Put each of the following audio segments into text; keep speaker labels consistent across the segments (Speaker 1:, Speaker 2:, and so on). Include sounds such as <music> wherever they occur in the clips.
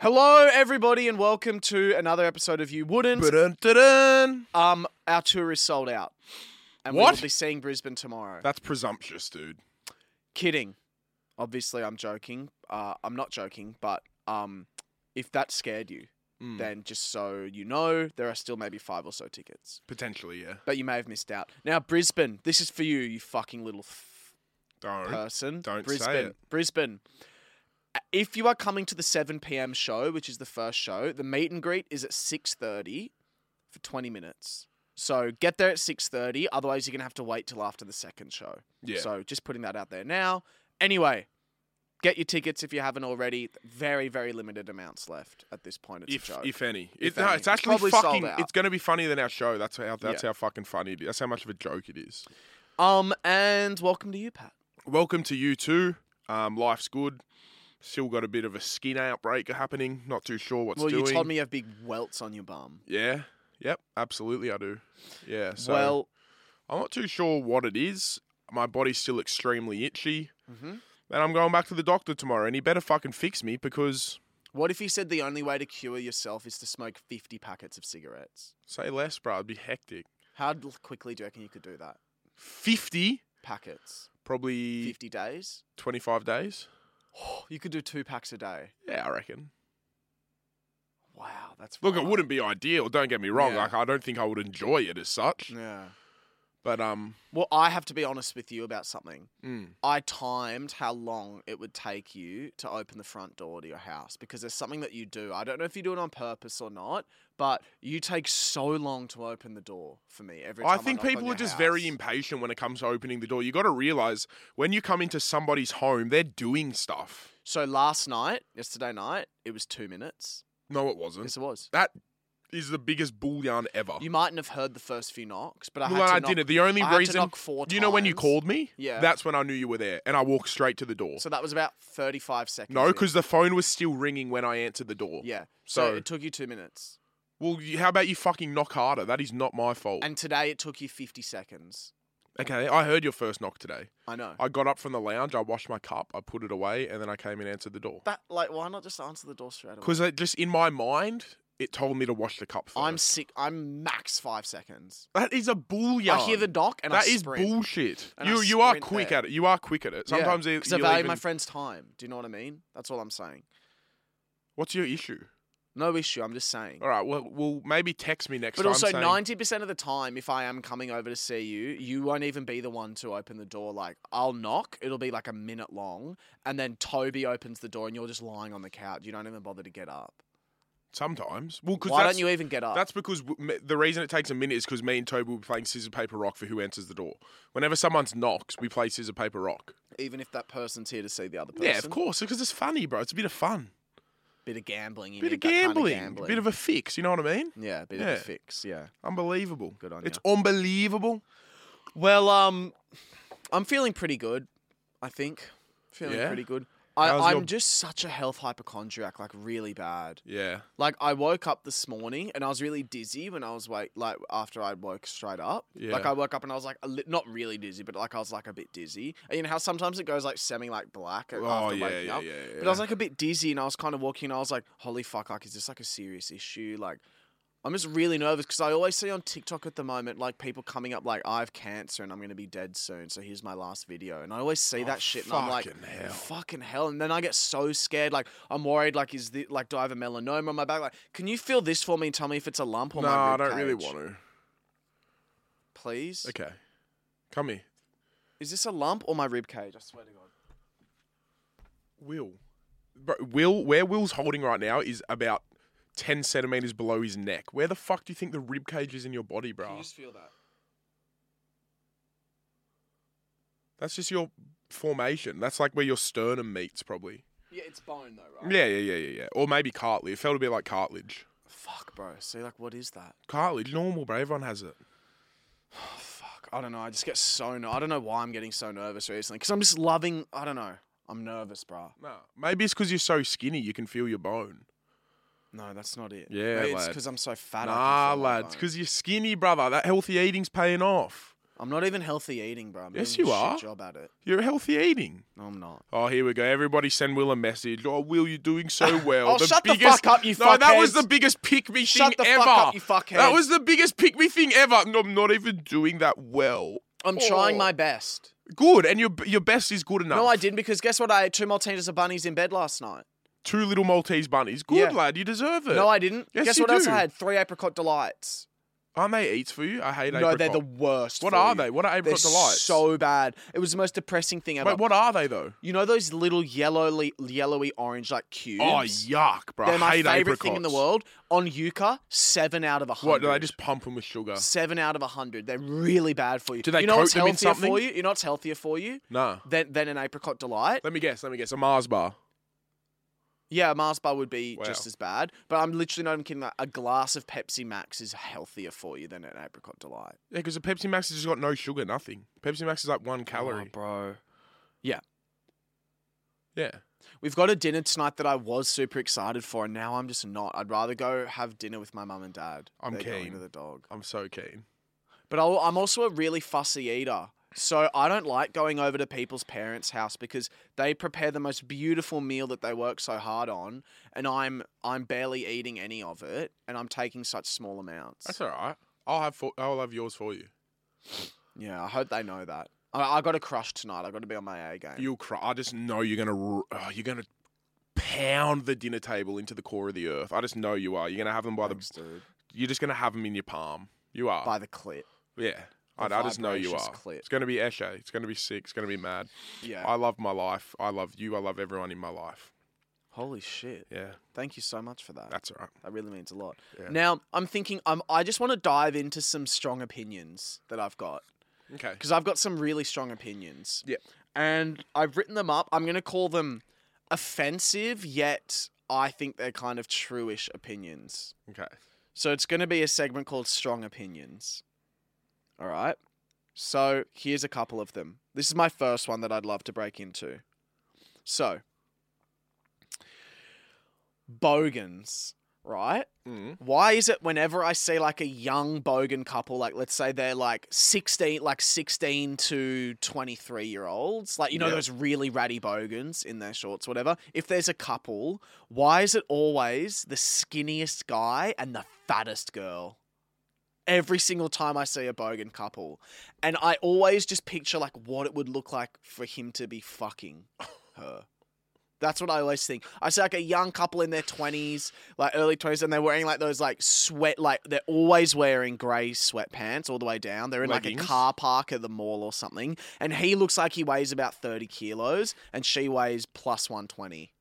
Speaker 1: Hello, everybody, and welcome to another episode of You Wouldn't.
Speaker 2: uh, Ba-dun-dun-dun.
Speaker 1: Um, our tour is sold out, and we
Speaker 2: What?
Speaker 1: will be seeing Brisbane tomorrow.
Speaker 2: That's presumptuous, dude.
Speaker 1: Kidding. Obviously, I'm joking. Uh, I'm not joking, but um, if that scared you,
Speaker 2: Mm,
Speaker 1: then just so you know, there are still maybe five or so tickets,
Speaker 2: Potentially, yeah.
Speaker 1: but you may have missed out. Now, Brisbane, this is for you, you fucking little f-
Speaker 2: Don't.
Speaker 1: person.
Speaker 2: don't say
Speaker 1: Brisbane,
Speaker 2: it.
Speaker 1: Brisbane. Uh, If you are coming to the 7 p.m. show, which is the first show, the meet and greet is at 6:30 for 20 minutes. So get there at 6:30, otherwise you're going to have to wait till after the second show.
Speaker 2: yeah.
Speaker 1: So just putting that out there now. Anyway, get your tickets if you haven't already. Very very limited amounts left at this point. It's
Speaker 2: if
Speaker 1: a joke.
Speaker 2: if any,
Speaker 1: If
Speaker 2: it, no,
Speaker 1: any.
Speaker 2: it's actually
Speaker 1: Probably sold
Speaker 2: fucking.
Speaker 1: out.
Speaker 2: It's going to be funnier than our show. That's how. That's
Speaker 1: Yeah.
Speaker 2: how fucking funny it is. That's how much of a joke it is.
Speaker 1: um and welcome to you, Pat.
Speaker 2: Welcome to you too. Um, life's good. Still got a bit of a skin outbreak happening. Not too sure what's
Speaker 1: well,
Speaker 2: doing.
Speaker 1: you told me you have big welts on your bum.
Speaker 2: Yeah. Yep. Absolutely, I do. Yeah. So
Speaker 1: well,
Speaker 2: I'm not too sure what it is. My body's still extremely itchy,
Speaker 1: mhm.
Speaker 2: and I'm going back to the doctor tomorrow. And he better fucking fix me because
Speaker 1: What if he said the only way to cure yourself is to smoke 50 packets of cigarettes?
Speaker 2: say less, bro. It'd be hectic.
Speaker 1: How d- quickly do you reckon you could do that?
Speaker 2: Fifty,
Speaker 1: Packets?
Speaker 2: probably
Speaker 1: 50 days? Oh,
Speaker 2: twenty-five days.
Speaker 1: you could do two packs a day.
Speaker 2: Yeah, I reckon.
Speaker 1: Wow, that's
Speaker 2: Look, it
Speaker 1: wild.
Speaker 2: wouldn't be ideal. Don't get me wrong.
Speaker 1: Oh. Yeah.
Speaker 2: Like, I don't think I would enjoy it as such.
Speaker 1: Yeah.
Speaker 2: But um,
Speaker 1: Well, I have to be honest with you about something.
Speaker 2: mm,
Speaker 1: I timed how long it would take you to open the front door to your house because there's something that you do. I don't know if you do it on purpose or not, but you take so long to open the door for me every time.
Speaker 2: I think
Speaker 1: knock on
Speaker 2: people
Speaker 1: your
Speaker 2: are just
Speaker 1: house.
Speaker 2: very impatient when it comes to opening the door. You got to realize when you come into somebody's home, they're doing stuff.
Speaker 1: So last night, yesterday night, it was two minutes.
Speaker 2: No, it wasn't.
Speaker 1: Yes, it was.
Speaker 2: That is the biggest bull yarn ever.
Speaker 1: You mightn't have heard the first few knocks, but I
Speaker 2: Oh. Well,
Speaker 1: had to
Speaker 2: I
Speaker 1: knock,
Speaker 2: didn't. The only
Speaker 1: I had to
Speaker 2: reason,
Speaker 1: knock four
Speaker 2: you know, when you
Speaker 1: times.
Speaker 2: called me,
Speaker 1: Yeah.
Speaker 2: that's when I knew you were there, and I walked straight to the door.
Speaker 1: So that was about 35 seconds.
Speaker 2: no,
Speaker 1: in.
Speaker 2: because the phone was still ringing when I answered the door.
Speaker 1: Yeah. So,
Speaker 2: So-
Speaker 1: it took you two minutes.
Speaker 2: Well, you- how about you fucking knock harder? That is not my fault.
Speaker 1: And today it took you 50 seconds.
Speaker 2: okay, I heard your first knock today.
Speaker 1: I know.
Speaker 2: I got up from the lounge, I washed my cup, I put it away, and then I came and answered the door.
Speaker 1: that, like, why not just answer the door straight away?
Speaker 2: Because just in my mind, it told me to wash the cup 1st
Speaker 1: I'm sick. I'm max five seconds.
Speaker 2: That is a bull yarn.
Speaker 1: I hear the knock and
Speaker 2: That
Speaker 1: I
Speaker 2: is
Speaker 1: sprint.
Speaker 2: bullshit.
Speaker 1: And I
Speaker 2: You you are
Speaker 1: sprint
Speaker 2: quick
Speaker 1: there.
Speaker 2: at it. You are quick at it. Sometimes it,
Speaker 1: Because I
Speaker 2: you'll
Speaker 1: value
Speaker 2: even,
Speaker 1: my friend's time. Do you know what I mean? That's all I'm saying.
Speaker 2: What's your issue?
Speaker 1: No issue. I'm just saying.
Speaker 2: All right. Well, well, maybe text me next
Speaker 1: But
Speaker 2: time.
Speaker 1: also,
Speaker 2: saying,
Speaker 1: ninety percent of the time, if I am coming over to see you, you won't even be the one to open the door. Like I'll knock; it'll be like a minute long, and then Toby opens the door, and you're just lying on the couch. You don't even bother to get up.
Speaker 2: Sometimes. Well, because
Speaker 1: Why
Speaker 2: that's,
Speaker 1: don't you even get up?
Speaker 2: that's because w- me- the reason it takes a minute is because me and Toby will be playing scissor paper rock for who answers the door. Whenever someone's knocks, we play scissor paper rock.
Speaker 1: even if that person's here to see the other person.
Speaker 2: Yeah, of course, because it's funny, bro. It's a bit of fun,
Speaker 1: Bit of gambling. You
Speaker 2: bit
Speaker 1: need
Speaker 2: of
Speaker 1: that kind
Speaker 2: gambling,
Speaker 1: gambling.
Speaker 2: bit of a fix. You know what I mean?
Speaker 1: yeah, bit
Speaker 2: Yeah.
Speaker 1: of a fix. Yeah.
Speaker 2: Unbelievable.
Speaker 1: Good on
Speaker 2: It's unbelievable.
Speaker 1: Well, um, I'm feeling pretty good. I think feeling
Speaker 2: Yeah?
Speaker 1: pretty good. I,
Speaker 2: How's
Speaker 1: I'm
Speaker 2: your-
Speaker 1: just such a health hypochondriac, like really bad.
Speaker 2: Yeah.
Speaker 1: Like I woke up this morning and I was really dizzy when I was wake, like after I woke straight up. Like
Speaker 2: Yeah.
Speaker 1: I woke up and I was like a li- not really dizzy, but like I was like a bit dizzy. And you know how sometimes it goes like semi like black a-
Speaker 2: Oh
Speaker 1: after
Speaker 2: yeah,
Speaker 1: waking
Speaker 2: yeah, yeah,
Speaker 1: up.
Speaker 2: yeah.
Speaker 1: But I was like a bit dizzy and I was kind of walking and I was like, holy fuck, like, is this like a serious issue? Like, I'm just really nervous because I always see on TikTok at the moment, like, people coming up, like, I have cancer and I'm going to be dead soon. So here's my last video. And I always see
Speaker 2: Oh,
Speaker 1: that shit and I'm like,
Speaker 2: fucking hell.
Speaker 1: fucking hell. And then I get so scared. Like, I'm worried, like, is the like, do I have a melanoma on my back? Like, can you feel this for me and tell me if it's a lump or
Speaker 2: no,
Speaker 1: my
Speaker 2: I
Speaker 1: rib
Speaker 2: don't really
Speaker 1: cage?
Speaker 2: want to.
Speaker 1: Please?
Speaker 2: Okay. Come here.
Speaker 1: Is this a lump or my rib cage? I swear to God.
Speaker 2: Will. Bro, Will, where Will's holding right now is about 10 centimeters below his neck. Where the fuck do you think the rib cage is in your body,
Speaker 1: Can
Speaker 2: bro?
Speaker 1: you just feel that?
Speaker 2: That's just your formation. That's like where your sternum meets, probably.
Speaker 1: Yeah, it's bone though, right?
Speaker 2: Yeah, yeah, yeah, yeah, yeah. Or maybe cartilage. It felt a bit like cartilage.
Speaker 1: Fuck, bro. See, like, what is that? <sighs>
Speaker 2: Cartilage, normal, bro. Everyone has it.
Speaker 1: Fuck, I don't know. I just get so ner- I don't know why I'm getting so nervous recently because I'm just loving. I don't know. I'm nervous, bruh.
Speaker 2: No. Maybe it's because you're so skinny, you can feel your bone.
Speaker 1: No, that's not it.
Speaker 2: Yeah,
Speaker 1: Maybe it's
Speaker 2: lad.
Speaker 1: because I'm so fat. I can
Speaker 2: Nah,
Speaker 1: feel my
Speaker 2: lads,
Speaker 1: bone.
Speaker 2: because you're skinny, brother. That healthy eating's paying off.
Speaker 1: I'm not even healthy eating, bro. I'm
Speaker 2: Yes,
Speaker 1: doing
Speaker 2: you
Speaker 1: a shit
Speaker 2: are.
Speaker 1: job at it.
Speaker 2: You're healthy eating.
Speaker 1: No, I'm not.
Speaker 2: Oh, here we go. Everybody send Will a message. Oh, Will, you're
Speaker 1: <laughs>
Speaker 2: doing so well.
Speaker 1: Oh, shut the fuck up, you
Speaker 2: No, that was
Speaker 1: fuckheads.
Speaker 2: the biggest pick me
Speaker 1: Shut
Speaker 2: thing
Speaker 1: the
Speaker 2: ever.
Speaker 1: fuck up, you fuckhead.
Speaker 2: That was the biggest pick me thing ever. No, I'm not even doing that well.
Speaker 1: I'm trying
Speaker 2: Oh.
Speaker 1: my best.
Speaker 2: Good, and your your best is good enough.
Speaker 1: No, I didn't because guess what? I ate two Maltesers and bunnies in bed last night.
Speaker 2: Two little Maltese bunnies. Good
Speaker 1: Yeah.
Speaker 2: lad, you deserve it.
Speaker 1: No, I didn't.
Speaker 2: Yes,
Speaker 1: guess
Speaker 2: you
Speaker 1: what else
Speaker 2: do.
Speaker 1: I had? Three apricot delights.
Speaker 2: Aren't they eats for you? I hate
Speaker 1: No, they're the
Speaker 2: apricot.
Speaker 1: worst.
Speaker 2: What
Speaker 1: for
Speaker 2: are
Speaker 1: you.
Speaker 2: they? What are
Speaker 1: They're
Speaker 2: apricot delights?
Speaker 1: so bad. It was the most depressing thing ever.
Speaker 2: Wait, what are they though?
Speaker 1: You know those little yellowy, yellowy orange like cubes?
Speaker 2: Oh yuck, bro!
Speaker 1: They're
Speaker 2: I
Speaker 1: my
Speaker 2: hate
Speaker 1: favorite
Speaker 2: apricots.
Speaker 1: thing in the world. On Yucca, seven out of a hundred.
Speaker 2: What? Do they just pump them with
Speaker 1: <laughs>
Speaker 2: sugar?
Speaker 1: Seven out of a hundred. They're really bad for you.
Speaker 2: Do they
Speaker 1: you know
Speaker 2: coat
Speaker 1: what's
Speaker 2: them in
Speaker 1: healthier
Speaker 2: something?
Speaker 1: for you? You know what's healthier for you
Speaker 2: Nah.
Speaker 1: than, than an apricot delight?
Speaker 2: Let me guess. Let me guess. A Mars bar.
Speaker 1: Yeah, a Mars bar would be
Speaker 2: Wow.
Speaker 1: just as bad. But I'm literally not even kidding. Like, a glass of Pepsi Max is healthier for you than an apricot delight.
Speaker 2: Yeah, because a Pepsi Max has just got no sugar, nothing. Pepsi Max is like one
Speaker 1: Oh,
Speaker 2: calorie.
Speaker 1: bro.
Speaker 2: Yeah.
Speaker 1: We've got a dinner tonight that I was super excited for, and now I'm just not. I'd rather go have dinner with my mum and dad.
Speaker 2: I'm
Speaker 1: They're going
Speaker 2: keen.
Speaker 1: to the dog.
Speaker 2: I'm so keen.
Speaker 1: But I'll, I'm also a really fussy eater. So I don't like going over to people's parents' house because they prepare the most beautiful meal that they work so hard on, and I'm I'm barely eating any of it, and I'm taking such small amounts.
Speaker 2: That's all right. I'll have for, I'll have yours for you.
Speaker 1: Yeah, I hope they know that. I, I got a crush tonight. I got to be on my A game.
Speaker 2: You'll cry. I just know you're gonna ru- oh, you're gonna pound the dinner table into the core of the earth. I just know you are. You're gonna have them by the.
Speaker 1: Thanks, dude.
Speaker 2: You're just gonna have them in your palm. You are.
Speaker 1: By the clip.
Speaker 2: yeah.
Speaker 1: the
Speaker 2: I, I just know you
Speaker 1: vibrations
Speaker 2: are.
Speaker 1: clip.
Speaker 2: It's gonna be Eshe. It's gonna be sick. It's gonna be mad.
Speaker 1: Yeah.
Speaker 2: I love my life. I love you. I love everyone in my life.
Speaker 1: Holy shit.
Speaker 2: Yeah.
Speaker 1: Thank you so much for that.
Speaker 2: That's all right.
Speaker 1: That really means a lot.
Speaker 2: Yeah.
Speaker 1: Now, I'm thinking I'm, I just want to dive into some strong opinions that I've got
Speaker 2: Okay.
Speaker 1: because I've got some really strong opinions.
Speaker 2: Yeah.
Speaker 1: And I've written them up. I'm going to call them offensive, yet I think they're kind of truish opinions.
Speaker 2: Okay.
Speaker 1: So it's going to be a segment called Strong Opinions. All right. So here's a couple of them. This is my first one that I'd love to break into. So, Bogans, right?
Speaker 2: Mm.
Speaker 1: Why is it whenever I see like a young Bogan couple, like let's say they're like 16, like 16 to 23 year olds, like, you know,
Speaker 2: Yeah.
Speaker 1: those really ratty Bogans in their shorts, whatever. If there's a couple, why is it always the skinniest guy and the fattest girl? Every single time I see a Bogan couple. And I always just picture like what it would look like for him to be fucking her. That's what I always think. I see like a young couple in their twenties, like early twenties, and they're wearing like those like sweat, like they're always wearing grey sweatpants all the way down. They're in like
Speaker 2: Leggings.
Speaker 1: a car park at the mall or something, and he looks like he weighs about thirty kilos, and she weighs plus one twenty.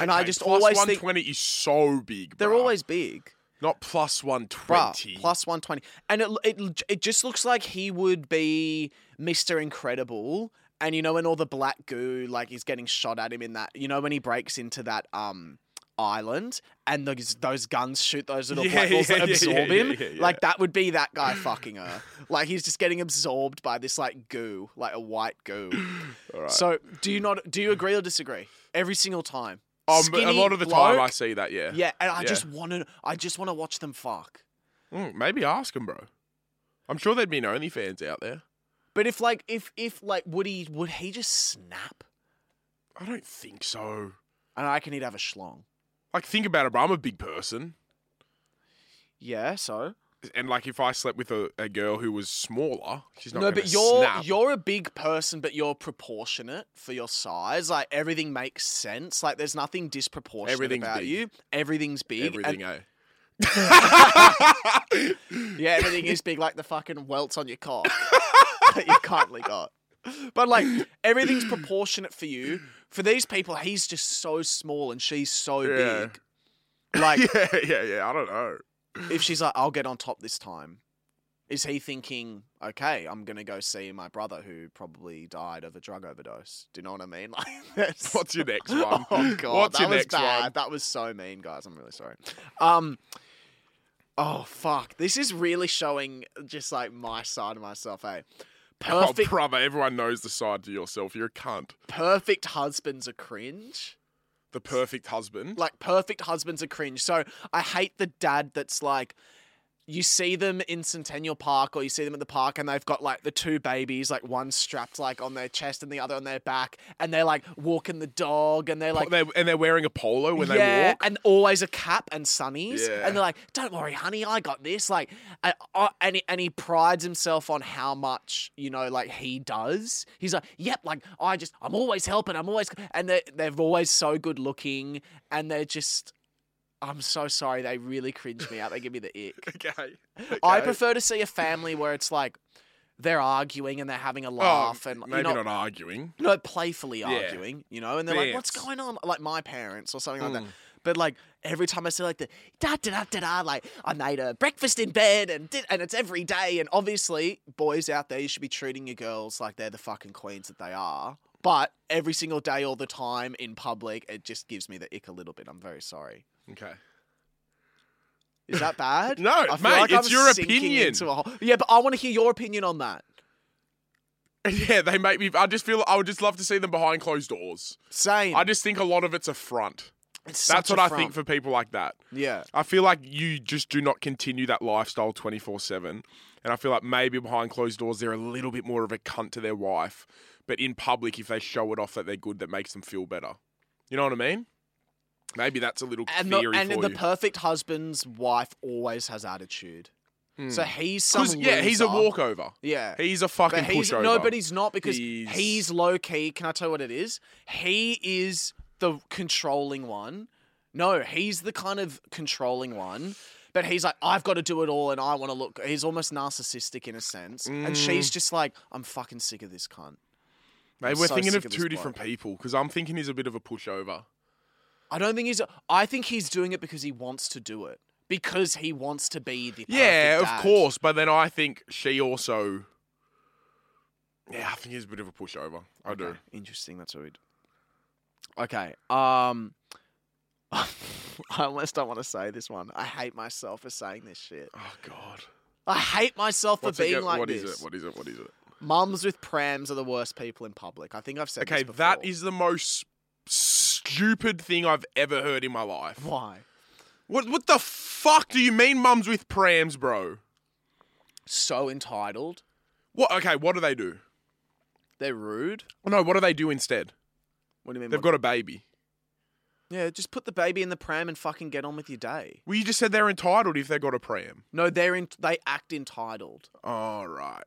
Speaker 1: And I just always
Speaker 2: one
Speaker 1: think-
Speaker 2: twenty is so big.
Speaker 1: They're
Speaker 2: bruh.
Speaker 1: always big,
Speaker 2: not plus one
Speaker 1: bruh.
Speaker 2: twenty.
Speaker 1: Plus one twenty, and it, it it just looks like he would be Mister Incredible. And you know when all the black goo like is getting shot at him in that, you know when he breaks into that um island and those those guns shoot those little
Speaker 2: Yeah,
Speaker 1: black balls
Speaker 2: yeah, <laughs>
Speaker 1: that
Speaker 2: yeah,
Speaker 1: absorb
Speaker 2: yeah,
Speaker 1: him.
Speaker 2: yeah, yeah,
Speaker 1: Like that would be that guy fucking her. Like he's just getting absorbed by this like goo, like a white goo.
Speaker 2: All <clears throat> right.
Speaker 1: So do you not do you agree or disagree? Every single time.
Speaker 2: Um, a
Speaker 1: Skinny
Speaker 2: lot of the time I
Speaker 1: bloke,
Speaker 2: see that. Yeah.
Speaker 1: yeah, and I
Speaker 2: yeah.
Speaker 1: just want to. I just want to watch them fuck.
Speaker 2: Mm, maybe ask him, bro. I'm sure there'd be an OnlyFans out there.
Speaker 1: But if like if if like would he would he just snap?
Speaker 2: I don't think so.
Speaker 1: And I can he'd have a schlong.
Speaker 2: Like, think about it, bro. I'm a big person,
Speaker 1: Yeah, so
Speaker 2: and like, if I slept with a, a girl who was smaller, she's not.
Speaker 1: no,
Speaker 2: gonna
Speaker 1: but you're
Speaker 2: snap.
Speaker 1: you're a big person, but you're proportionate for your size. Like everything makes sense. Like there's nothing disproportionate
Speaker 2: Everything's
Speaker 1: about
Speaker 2: big.
Speaker 1: you. Everything's big. and-
Speaker 2: everything. eh?
Speaker 1: <laughs> yeah, everything is big. Like the fucking welts on your cock <laughs> that you currently got. But like
Speaker 2: <clears throat>
Speaker 1: everything's proportionate for you. For these people, he's just so small and she's so
Speaker 2: Yeah.
Speaker 1: big. Like
Speaker 2: <laughs> yeah, yeah, yeah. I don't know.
Speaker 1: if she's like, I'll get on top this time, is he thinking, okay, I'm going to go see my brother who probably died of a drug overdose? Do you know what I mean? <laughs> Like, that's-
Speaker 2: What's your next one?
Speaker 1: <laughs> Oh, God.
Speaker 2: What's
Speaker 1: that
Speaker 2: your
Speaker 1: was
Speaker 2: next
Speaker 1: bad.
Speaker 2: one?
Speaker 1: That was so mean, guys. I'm really sorry. Um, oh, fuck. This is really showing just like my side of myself, eh?
Speaker 2: <laughs> Oh,
Speaker 1: Perfect,
Speaker 2: brother, everyone knows the side to yourself. You're a cunt.
Speaker 1: perfect husbands are cringe.
Speaker 2: The perfect husband.
Speaker 1: Like perfect husbands are cringe. So I hate the dad that's like, you see them in Centennial Park or you see them at the park and they've got like the two babies, like one strapped like on their chest and the other on their back, and they're like walking the dog and they're like
Speaker 2: They- and they're wearing a polo <laughs> when
Speaker 1: yeah,
Speaker 2: they walk.
Speaker 1: and always a cap and sunnies,
Speaker 2: Yeah.
Speaker 1: and they're like, "Don't worry, honey, I got this." Like, I, I, and he, and he prides himself on how much you know, like he does. He's like, "Yep, like I just, I'm always helping, I'm always," and they they're always so good looking, and they're just. I'm so sorry. They really cringe me out. They give me
Speaker 2: <laughs>
Speaker 1: the ick.
Speaker 2: Okay.
Speaker 1: I
Speaker 2: okay.
Speaker 1: prefer to see a family where it's like they're arguing and they're having a
Speaker 2: Oh,
Speaker 1: laugh and
Speaker 2: maybe
Speaker 1: you know,
Speaker 2: not arguing.
Speaker 1: no, playfully
Speaker 2: Yeah.
Speaker 1: arguing, you know, and they're like, "What's
Speaker 2: Dance.
Speaker 1: going on?" Like my parents or something like that.
Speaker 2: Mm.
Speaker 1: But like every time I see like the da da da da da, like I made a breakfast in bed and did, and it's every day. And obviously, boys out there, you should be treating your girls like they're the fucking queens that they are. But every single day, all the time in public, it just gives me the ick a little bit. I'm very sorry.
Speaker 2: Okay.
Speaker 1: Is
Speaker 2: <laughs>
Speaker 1: that bad?
Speaker 2: No,
Speaker 1: I feel
Speaker 2: mate,
Speaker 1: like
Speaker 2: it's
Speaker 1: I'm
Speaker 2: your
Speaker 1: sinking
Speaker 2: opinion.
Speaker 1: into a hole. Yeah, but I want to hear your opinion on that.
Speaker 2: <laughs> Yeah, they make me. I just feel. I would just love to see them behind closed doors.
Speaker 1: Same.
Speaker 2: I just think a lot of it's a front.
Speaker 1: It's
Speaker 2: That's
Speaker 1: such
Speaker 2: what
Speaker 1: a
Speaker 2: I think
Speaker 1: front.
Speaker 2: for people like that.
Speaker 1: Yeah.
Speaker 2: I feel like you just do not continue that lifestyle 24 7. And I feel like maybe behind closed doors, they're a little bit more of a cunt to their wife. But in public, if they show it off that they're good, that makes them feel better. You know what I mean? Maybe that's a little
Speaker 1: and the,
Speaker 2: theory
Speaker 1: and
Speaker 2: for
Speaker 1: the
Speaker 2: you.
Speaker 1: perfect husband's wife always has attitude. So he's some
Speaker 2: Hmm. 'Cause, yeah, he's a
Speaker 1: loser.
Speaker 2: walkover.
Speaker 1: Yeah.
Speaker 2: He's a fucking
Speaker 1: But he's
Speaker 2: pushover.
Speaker 1: no, but he's not because he's,
Speaker 2: He's-
Speaker 1: low key. Can I tell you what it is? He is the controlling one. No, he's the kind of controlling one. But he's like, I've got to do it all, and I want to look. He's almost narcissistic in a sense, and she's
Speaker 2: Mm.
Speaker 1: just like, I'm fucking sick of this cunt.
Speaker 2: Maybe
Speaker 1: I'm
Speaker 2: we're
Speaker 1: so
Speaker 2: thinking
Speaker 1: sick
Speaker 2: of
Speaker 1: of
Speaker 2: two
Speaker 1: this
Speaker 2: different people because I'm thinking he's a bit of a pushover.
Speaker 1: I don't think he's. I think he's doing it because he wants to do it, because he wants to be the.
Speaker 2: Yeah,
Speaker 1: perfect
Speaker 2: of
Speaker 1: dad.
Speaker 2: course. But then I think she also. Yeah, I think he's a bit of a pushover. I do.
Speaker 1: Okay, Interesting. That's what we. d- Okay. Um, <laughs> I almost don't want to say this one. I hate myself for saying this shit.
Speaker 2: Oh God.
Speaker 1: I hate myself for
Speaker 2: What's it
Speaker 1: being
Speaker 2: go-
Speaker 1: like
Speaker 2: what
Speaker 1: this.
Speaker 2: is it? What is it? What is it?
Speaker 1: Mums with prams are the worst people in public. I think I've said.
Speaker 2: Okay,
Speaker 1: this
Speaker 2: that
Speaker 1: before.
Speaker 2: is the most stupid thing I've ever heard in my life.
Speaker 1: why.
Speaker 2: What what the fuck do you mean mums with prams, bro?
Speaker 1: So entitled.
Speaker 2: What okay, what do they do? Oh,
Speaker 1: They're rude.
Speaker 2: No, what do they do instead?
Speaker 1: What do you mean?
Speaker 2: They've
Speaker 1: what-
Speaker 2: got a baby.
Speaker 1: yeah, just put the baby in the pram and fucking get on with your day.
Speaker 2: Well, you just said they're entitled if they got a pram.
Speaker 1: No, they're in. They act entitled.
Speaker 2: All right.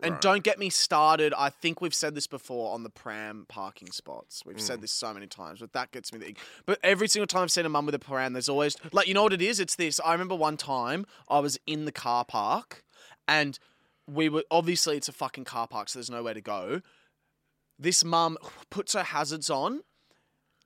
Speaker 1: And
Speaker 2: Right.
Speaker 1: don't get me started. I think we've said this before on the pram parking spots. We've said this so many times, but that gets me the. ick. But every single time I've seen a mum with a pram, there's always like you know what it is. It's this. I remember one time I was in the car park, and we were obviously it's a fucking car park, so there's nowhere to go. This mum puts her hazards on.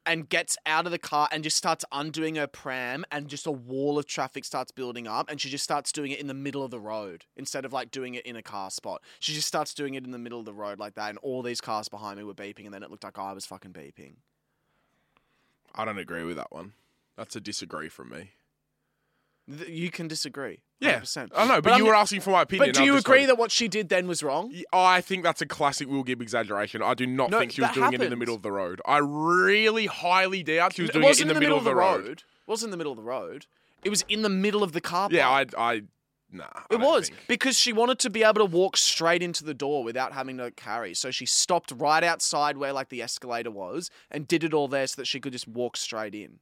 Speaker 1: And gets out of the car and just starts undoing her pram, and just a wall of traffic starts building up, and she just starts doing it in the middle of the road instead of like doing it in a car spot. She just starts doing it in the middle of the road like that, and all these cars behind me were beeping, and then it looked like I was fucking beeping.
Speaker 2: I don't agree with that one. That's a disagree from me.
Speaker 1: Th- You can disagree.
Speaker 2: Yeah.
Speaker 1: 100%.
Speaker 2: I know, but, you
Speaker 1: I'm-
Speaker 2: were asking for my opinion.
Speaker 1: But do
Speaker 2: I'm
Speaker 1: you
Speaker 2: just
Speaker 1: agree
Speaker 2: like-
Speaker 1: that what she did then was wrong?
Speaker 2: Yeah, I think that's a classic Will Gibb exaggeration. I do not
Speaker 1: No,
Speaker 2: think she was
Speaker 1: that
Speaker 2: doing it in the
Speaker 1: happened.
Speaker 2: middle of the road. I really highly doubt she was doing it,
Speaker 1: wasn't
Speaker 2: in the, middle, of the road.
Speaker 1: It wasn't in the middle of the road. It was in the middle of the car park.
Speaker 2: Yeah, I, I, nah. I
Speaker 1: It
Speaker 2: don't
Speaker 1: was
Speaker 2: think.
Speaker 1: because she wanted to be able to walk straight into the door without having to carry. So she stopped right outside where like the escalator was and did it all there so that she could just walk straight in.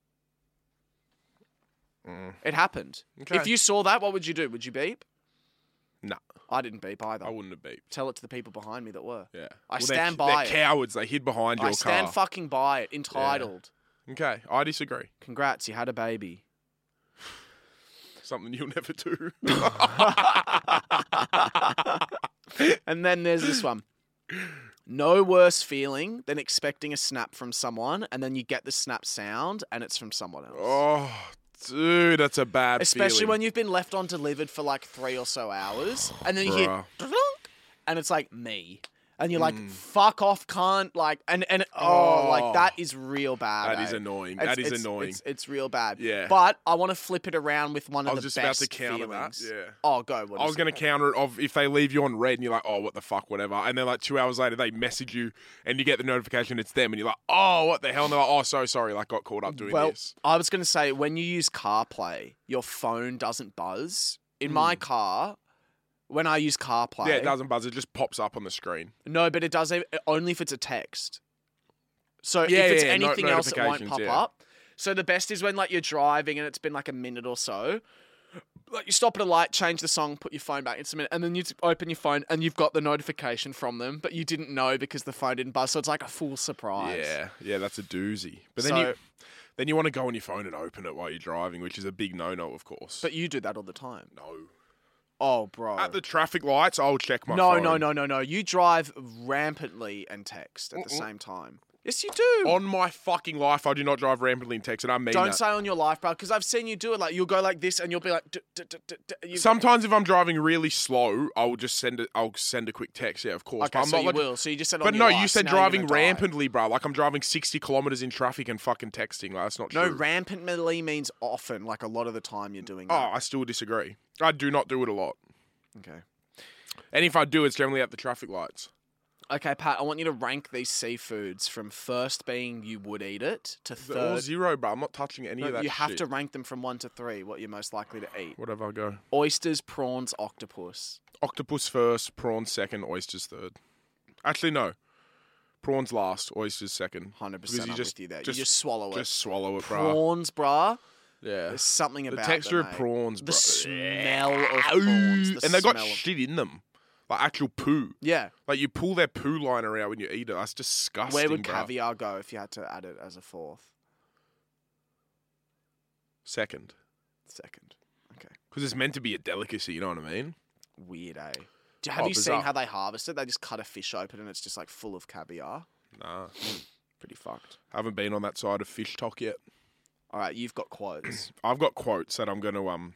Speaker 2: Mm.
Speaker 1: It happened. If
Speaker 2: Okay.
Speaker 1: you saw that, what would you do? Would you beep?
Speaker 2: Nah,
Speaker 1: I didn't beep either.
Speaker 2: I wouldn't have beeped.
Speaker 1: Tell it to the people behind me that were.
Speaker 2: Yeah,
Speaker 1: I
Speaker 2: they're-
Speaker 1: stand by
Speaker 2: They're
Speaker 1: it.
Speaker 2: cowards. They hid behind your
Speaker 1: I stand
Speaker 2: car.
Speaker 1: fucking by it. Entitled.
Speaker 2: okay, I disagree.
Speaker 1: Congrats, you had a baby.
Speaker 2: Something you'll <laughs> never do.
Speaker 1: and then there's this
Speaker 2: <coughs>
Speaker 1: one. No worse feeling than expecting a snap from someone, and then you get the snap sound, and it's from someone else.
Speaker 2: oh, dude, that's a bad.
Speaker 1: Especially
Speaker 2: feeling.
Speaker 1: when you've been left undelivered for like three or so hours, and then you hear,
Speaker 2: Bruh. Mm.
Speaker 1: "Drunk," and it's like me, and you're like, fuck off, can't like, and and oh,
Speaker 2: Oh.
Speaker 1: like that is real bad.
Speaker 2: That is
Speaker 1: eh?
Speaker 2: annoying.
Speaker 1: It's-
Speaker 2: That is
Speaker 1: it's-
Speaker 2: annoying.
Speaker 1: It's, it's real bad.
Speaker 2: Yeah.
Speaker 1: But I want to flip it around with one of
Speaker 2: I was
Speaker 1: the
Speaker 2: just about
Speaker 1: best
Speaker 2: to counter that.
Speaker 1: feelings.
Speaker 2: Yeah.
Speaker 1: Oh, go. What
Speaker 2: I
Speaker 1: is
Speaker 2: was
Speaker 1: it?
Speaker 2: going to counter it of if they leave you on red and you're like, oh, what the fuck, whatever. And then like two hours later, they message you and you get the notification it's them and you're like, oh, what the hell? And they're like, oh, so sorry, like got caught up doing
Speaker 1: well,
Speaker 2: this.
Speaker 1: I was going to say when you use CarPlay, your phone doesn't buzz. In my car, when I use CarPlay,
Speaker 2: Hmm. Yeah, it doesn't buzz. It just pops up on the screen.
Speaker 1: No, but it does ev- only if it's a text. So
Speaker 2: Yeah,
Speaker 1: if it's
Speaker 2: yeah, no-
Speaker 1: anything else, it won't
Speaker 2: notifications,
Speaker 1: pop
Speaker 2: yeah.
Speaker 1: up. So the best is when like you're driving and it's been like a minute or so. Like you stop at a light, change the song, put your phone back. It's a minute, and then you t- open your phone and you've got the notification from them, but you didn't know because the phone didn't buzz. So it's like a full surprise.
Speaker 2: Yeah, yeah, that's a doozy. But then you
Speaker 1: So-
Speaker 2: then you want to go on your phone and open it while you're driving, which is a big no no, of course.
Speaker 1: But you do that all the time.
Speaker 2: no.
Speaker 1: Oh, bro.
Speaker 2: At the traffic lights, I'll check my
Speaker 1: no,
Speaker 2: phone.
Speaker 1: no, no, no, no. You drive rampantly and text at the same time. Yes, you do.
Speaker 2: On my fucking life, I do not drive rampantly in text, and I mean
Speaker 1: Don't
Speaker 2: that.
Speaker 1: say on your life, bro, because I've seen you do it. Like you'll go like this, and you'll be like, d- d- d- d- d- you-
Speaker 2: Sometimes if I'm driving really slow, I will just send it. I'll send a quick text. Yeah, of course.
Speaker 1: Okay,
Speaker 2: but I'm
Speaker 1: so
Speaker 2: not
Speaker 1: you
Speaker 2: like,
Speaker 1: will. So you just said, on
Speaker 2: But
Speaker 1: your
Speaker 2: no, you
Speaker 1: life, so
Speaker 2: said
Speaker 1: now you're
Speaker 2: driving
Speaker 1: gonna die.
Speaker 2: rampantly, bro. Like I'm driving 60 kilometers in traffic and fucking texting. Like that's not
Speaker 1: No,
Speaker 2: true.
Speaker 1: rampantly means often, like a lot of the time you're doing.
Speaker 2: oh,
Speaker 1: That.
Speaker 2: I still disagree. I do not do it a lot. Oh.
Speaker 1: Okay.
Speaker 2: And if I do, it's generally at the traffic lights.
Speaker 1: Okay, Pat. I want you to rank these seafoods from first being you would eat it to
Speaker 2: It's all
Speaker 1: third.
Speaker 2: zero, bro. I'm not touching any
Speaker 1: No,
Speaker 2: of that.
Speaker 1: you have
Speaker 2: shit.
Speaker 1: to rank them from one to three. What you're most likely to eat:
Speaker 2: Whatever I go.
Speaker 1: oysters, prawns, octopus.
Speaker 2: Octopus first, prawns second, oysters third. Actually, no. Prawns last, oysters second.
Speaker 1: Hundred
Speaker 2: Because
Speaker 1: percent.
Speaker 2: you
Speaker 1: I'm
Speaker 2: just-
Speaker 1: with you there.
Speaker 2: just-
Speaker 1: you just swallow
Speaker 2: Just swallow
Speaker 1: it.
Speaker 2: it, bro.
Speaker 1: Prawns, bruh.
Speaker 2: Yeah.
Speaker 1: There's something
Speaker 2: The
Speaker 1: about
Speaker 2: texture
Speaker 1: them,
Speaker 2: of
Speaker 1: eh?
Speaker 2: prawns,
Speaker 1: The
Speaker 2: bro.
Speaker 1: smell of
Speaker 2: Ow.
Speaker 1: prawns. The
Speaker 2: and they got
Speaker 1: smell of-
Speaker 2: shit in them, like actual poo.
Speaker 1: Yeah.
Speaker 2: Like you pull their poo liner out when you eat it. That's disgusting.
Speaker 1: Where would
Speaker 2: bro.
Speaker 1: caviar go if you had to add it as a fourth?
Speaker 2: Second,
Speaker 1: Second. Okay.
Speaker 2: because it's meant to be a delicacy. You know what I mean?
Speaker 1: Weird, eh? Do, have
Speaker 2: Oh,
Speaker 1: you
Speaker 2: bizarre.
Speaker 1: seen how they harvest it? They just cut a fish open and it's just like full of caviar.
Speaker 2: Nah,
Speaker 1: Pretty fucked.
Speaker 2: haven't been on that side of fish talk yet.
Speaker 1: All right, you've got <clears throat> quotes. Mm.
Speaker 2: I've got quotes that I'm going to um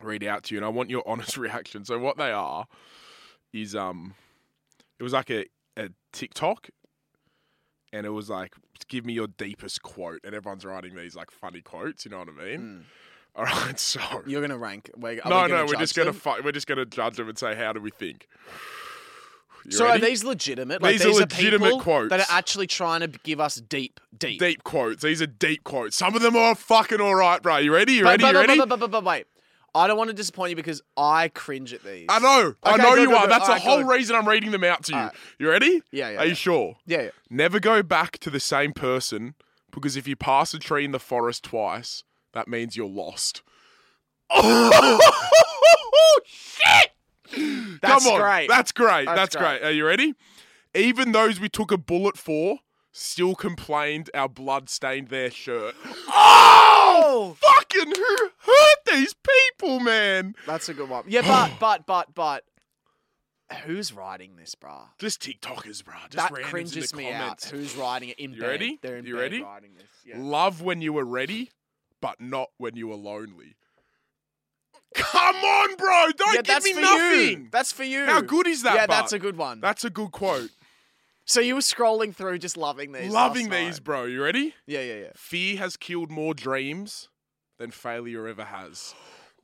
Speaker 2: read out to you, and I want your <laughs> honest reaction. So what they are is um, it was like a a TikTok, and it was like, give me your deepest quote, and everyone's writing these like funny quotes. You know what I mean?
Speaker 1: Mm.
Speaker 2: <laughs> All right, so
Speaker 1: You're gonna rank. We're,
Speaker 2: no, no, we're just gonna fu- we're just gonna judge them and say, how do we think? You
Speaker 1: so
Speaker 2: ready?
Speaker 1: are these legitimate? Like,
Speaker 2: These are legitimate
Speaker 1: people that
Speaker 2: quotes.
Speaker 1: are actually trying to give us deep, deep.
Speaker 2: deep quotes. These are deep quotes. Some of them are fucking all right, bro. You ready? You
Speaker 1: But-
Speaker 2: ready?
Speaker 1: but-
Speaker 2: You
Speaker 1: but-
Speaker 2: ready?
Speaker 1: but- but- but- but wait, I don't want to disappoint you because I cringe at these.
Speaker 2: I know. I
Speaker 1: Okay,
Speaker 2: know
Speaker 1: good,
Speaker 2: you
Speaker 1: good,
Speaker 2: are.
Speaker 1: good.
Speaker 2: That's the
Speaker 1: Alright,
Speaker 2: whole
Speaker 1: good.
Speaker 2: reason I'm reading them out to you.
Speaker 1: Alright.
Speaker 2: You ready?
Speaker 1: Yeah, yeah,
Speaker 2: Are you
Speaker 1: yeah.
Speaker 2: sure?
Speaker 1: Yeah, yeah.
Speaker 2: Never go back to the same person because if you pass a tree in the forest twice, that means
Speaker 1: <laughs>
Speaker 2: you're lost. Oh, shit!
Speaker 1: That's
Speaker 2: Come on.
Speaker 1: great.
Speaker 2: That's great. That's,
Speaker 1: That's
Speaker 2: great.
Speaker 1: great.
Speaker 2: Are you ready? Even those we took a bullet for still complained our blood stained their shirt.
Speaker 1: Oh,
Speaker 2: Fucking who hurt these people, man?
Speaker 1: that's a good
Speaker 2: <gasps>
Speaker 1: one. Yeah, but but but but, who's writing this, bruh?
Speaker 2: Just TikTokers, bro. Just
Speaker 1: that
Speaker 2: randoms in the
Speaker 1: cringes me
Speaker 2: comments.
Speaker 1: out. Who's writing it in
Speaker 2: You
Speaker 1: bed?
Speaker 2: ready?
Speaker 1: They're in
Speaker 2: You
Speaker 1: bed
Speaker 2: ready?
Speaker 1: writing this. Yeah.
Speaker 2: Love when you were ready, but not when you were lonely. Come on, bro. Don't
Speaker 1: yeah,
Speaker 2: give
Speaker 1: that's
Speaker 2: me
Speaker 1: for
Speaker 2: nothing.
Speaker 1: you. That's for you.
Speaker 2: How good is that?
Speaker 1: Yeah,
Speaker 2: but?
Speaker 1: that's a good one.
Speaker 2: That's a good quote.
Speaker 1: so you were scrolling through, just loving these.
Speaker 2: Loving
Speaker 1: last
Speaker 2: these,
Speaker 1: night.
Speaker 2: bro. You ready?
Speaker 1: Yeah, yeah, yeah.
Speaker 2: Fear has killed more dreams than failure ever has.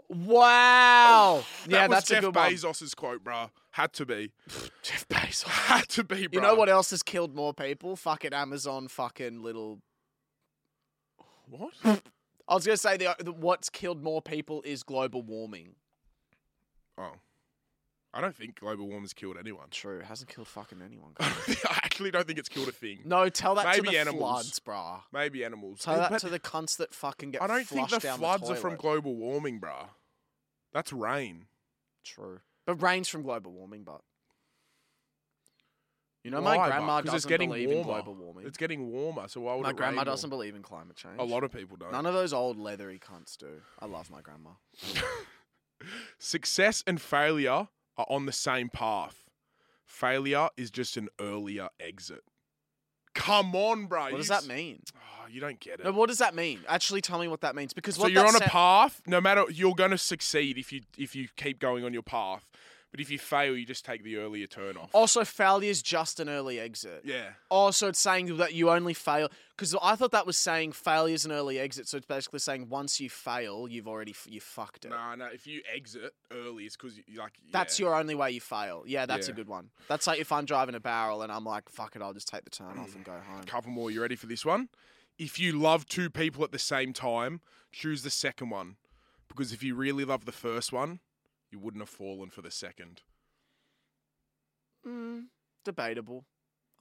Speaker 1: Wow. yeah,
Speaker 2: that was
Speaker 1: that's
Speaker 2: Jeff
Speaker 1: a good one.
Speaker 2: Bezos' quote, bro. Had to be. <laughs>
Speaker 1: Jeff Bezos.
Speaker 2: Had to be,
Speaker 1: You
Speaker 2: bro.
Speaker 1: know what else has killed more people? Fucking Amazon. Fucking little.
Speaker 2: What?
Speaker 1: I was gonna say the, the what's killed more people is global warming.
Speaker 2: Oh. I don't think global warming's killed anyone. <laughs>
Speaker 1: True, it hasn't killed fucking anyone.
Speaker 2: I actually don't think it's killed a thing.
Speaker 1: no, tell that
Speaker 2: Maybe
Speaker 1: to the
Speaker 2: animals.
Speaker 1: floods, bruh.
Speaker 2: Maybe animals.
Speaker 1: Tell
Speaker 2: Oh,
Speaker 1: that
Speaker 2: but
Speaker 1: to the cunts that fucking get.
Speaker 2: I don't think
Speaker 1: flushed
Speaker 2: the
Speaker 1: down
Speaker 2: floods are
Speaker 1: toilet.
Speaker 2: from global warming, bruh. That's rain.
Speaker 1: True. But rain's from global warming, but. You know,
Speaker 2: Why,
Speaker 1: my
Speaker 2: bruh?
Speaker 1: grandma
Speaker 2: 'Cause
Speaker 1: doesn't
Speaker 2: it's getting
Speaker 1: believe
Speaker 2: warmer.
Speaker 1: in global warming.
Speaker 2: It's getting warmer, so why would
Speaker 1: my
Speaker 2: it
Speaker 1: grandma
Speaker 2: rain more?
Speaker 1: doesn't believe in climate change.
Speaker 2: A lot of people don't.
Speaker 1: None of those old leathery cunts do. I love my grandma.
Speaker 2: Success and failure are on the same path. Failure is just an earlier exit. Come on, bruh.
Speaker 1: What
Speaker 2: you
Speaker 1: does that
Speaker 2: s-
Speaker 1: mean?
Speaker 2: Oh, you don't get it.
Speaker 1: No, what does that mean? Actually, tell me what that means. Because
Speaker 2: so
Speaker 1: what
Speaker 2: you're
Speaker 1: that
Speaker 2: on a
Speaker 1: sa-
Speaker 2: path. No matter, you're going to succeed if you if you keep going on your path. But if you fail, you just take the earlier turn off.
Speaker 1: Also, failure is just an early exit.
Speaker 2: yeah.
Speaker 1: Also, it's saying that you only fail because I thought that was saying failure is an early exit. So it's basically saying once you fail, you've already f- you fucked it.
Speaker 2: No, no. If you exit early, it's because you like.
Speaker 1: That's
Speaker 2: yeah.
Speaker 1: your only way you fail. Yeah, that's a
Speaker 2: Yeah.
Speaker 1: good one. That's like if I'm driving a barrel and I'm like, fuck it, I'll just take the turn off
Speaker 2: <clears throat>
Speaker 1: and go home.
Speaker 2: couple more. You ready for this one? If you love two people at the same time, choose the second one, because if you really love the first one, you wouldn't have fallen for the second.
Speaker 1: Mm, debatable.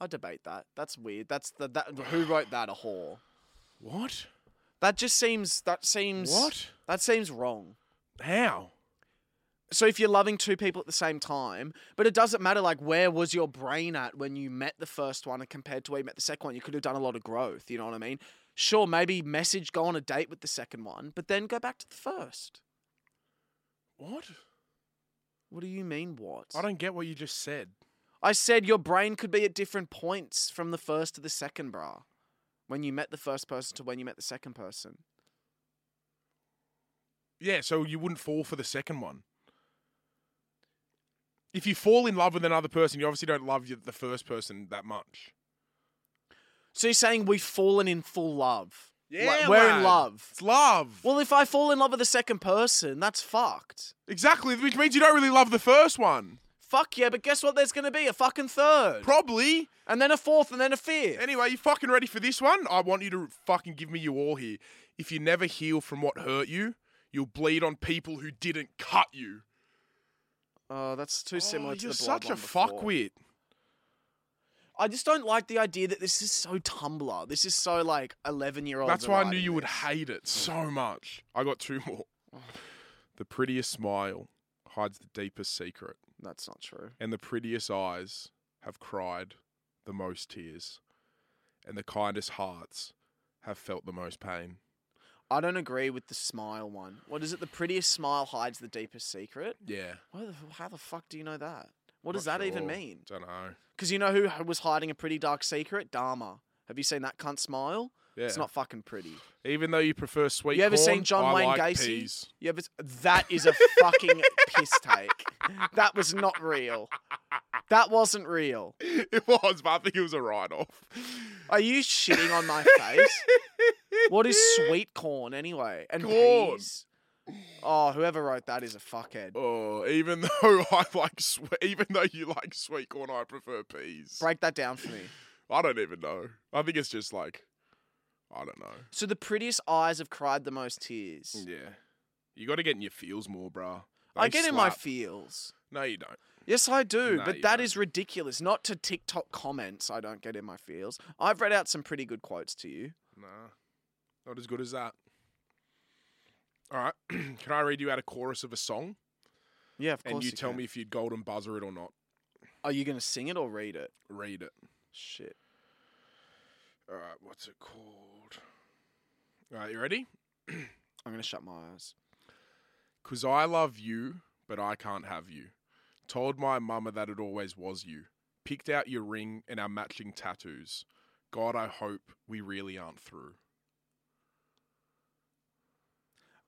Speaker 1: I debate that. That's weird. That's the that who wrote that? A whore.
Speaker 2: What?
Speaker 1: That just seems. That seems.
Speaker 2: What?
Speaker 1: That seems wrong.
Speaker 2: How?
Speaker 1: So if you're loving two people at the same time, but it doesn't matter. Like, where was your brain at when you met the first one, and compared to where you met the second one, you could have done a lot of growth. You know what I mean? Sure, maybe message, go on a date with the second one, but then go back to the first.
Speaker 2: What?
Speaker 1: What do you mean? What?
Speaker 2: I don't get what you just said.
Speaker 1: I said your brain could be at different points from the first to the second, brah. When you met the first person to when you met the second person.
Speaker 2: Yeah, so you wouldn't fall for the second one. If you fall in love with another person, you obviously don't love your- the first person that much.
Speaker 1: So you're saying we've fallen in full love. Like,
Speaker 2: Like,
Speaker 1: we're in
Speaker 2: lad.
Speaker 1: love.
Speaker 2: It's love.
Speaker 1: Well, if I fall in love with the second person, that's fucked.
Speaker 2: exactly, which means you don't really love the first one.
Speaker 1: Fuck yeah, but guess what? There's gonna be a fucking third.
Speaker 2: Probably.
Speaker 1: And then a fourth and then a fifth.
Speaker 2: Anyway, you fucking ready for this one? I want you to fucking give me you all here. If you never heal from what hurt you, you'll bleed on people who didn't cut you.
Speaker 1: Oh, that's too similar
Speaker 2: Oh,
Speaker 1: to
Speaker 2: you're
Speaker 1: the blood
Speaker 2: such
Speaker 1: one
Speaker 2: a
Speaker 1: before.
Speaker 2: fuckwit.
Speaker 1: I just don't like the idea that this is so Tumblr. This is so like eleven year old.
Speaker 2: That's why I knew you would hate it so much. I got two more. The prettiest smile hides the deepest secret,
Speaker 1: That's not true.
Speaker 2: and the prettiest eyes have cried the most tears, and the kindest hearts have felt the most pain.
Speaker 1: I don't agree with the smile one. What is it? The prettiest smile hides the deepest secret.
Speaker 2: Yeah.
Speaker 1: Where the, f- how the fuck do you know that? What does
Speaker 2: Not
Speaker 1: that even
Speaker 2: sure.
Speaker 1: mean?
Speaker 2: Don't know.
Speaker 1: Because you know who h- was hiding a pretty dark secret? Dharma. Have you seen that cunt smile?
Speaker 2: Yeah.
Speaker 1: It's not fucking pretty.
Speaker 2: Even though you prefer sweet
Speaker 1: You ever
Speaker 2: corn,
Speaker 1: seen John
Speaker 2: I
Speaker 1: Wayne
Speaker 2: like
Speaker 1: Gacy?
Speaker 2: peas. <laughs>
Speaker 1: Yeah, but that is a fucking piss take. That was not real. That wasn't real.
Speaker 2: It was, but I think it was a write off.
Speaker 1: Are you shitting on my face? What is sweet corn anyway? And
Speaker 2: Corn.
Speaker 1: peas. Oh, whoever wrote that is a fuckhead.
Speaker 2: Oh, even <laughs> though I like sweet, even though you like sweet corn, I prefer peas.
Speaker 1: Break that down for me.
Speaker 2: I don't even know. I think it's just like, I don't know.
Speaker 1: So the prettiest eyes have cried the most tears.
Speaker 2: Yeah, you got to get in your feels more, bruh.
Speaker 1: I
Speaker 2: They
Speaker 1: get in my
Speaker 2: slap.
Speaker 1: feels.
Speaker 2: no, you don't.
Speaker 1: Yes, I do,
Speaker 2: No,
Speaker 1: but
Speaker 2: you
Speaker 1: that
Speaker 2: don't.
Speaker 1: is ridiculous. Not to TikTok comments, I don't get in my feels. I've read out some pretty good quotes to you.
Speaker 2: Nah, not as good as that. All right, <clears throat> can I read you out a chorus of a song,
Speaker 1: Yeah, of course.
Speaker 2: and you tell
Speaker 1: can.
Speaker 2: me if you'd golden buzzer it or not?
Speaker 1: Are you going to sing it or read it?
Speaker 2: Read it.
Speaker 1: Shit.
Speaker 2: All right, what's it called? All right, you ready?
Speaker 1: I'm going to shut my eyes.
Speaker 2: Cause I love you, but I can't have you. Told my mama that it always was you. Picked out your ring and our matching tattoos. God, I hope we really aren't through.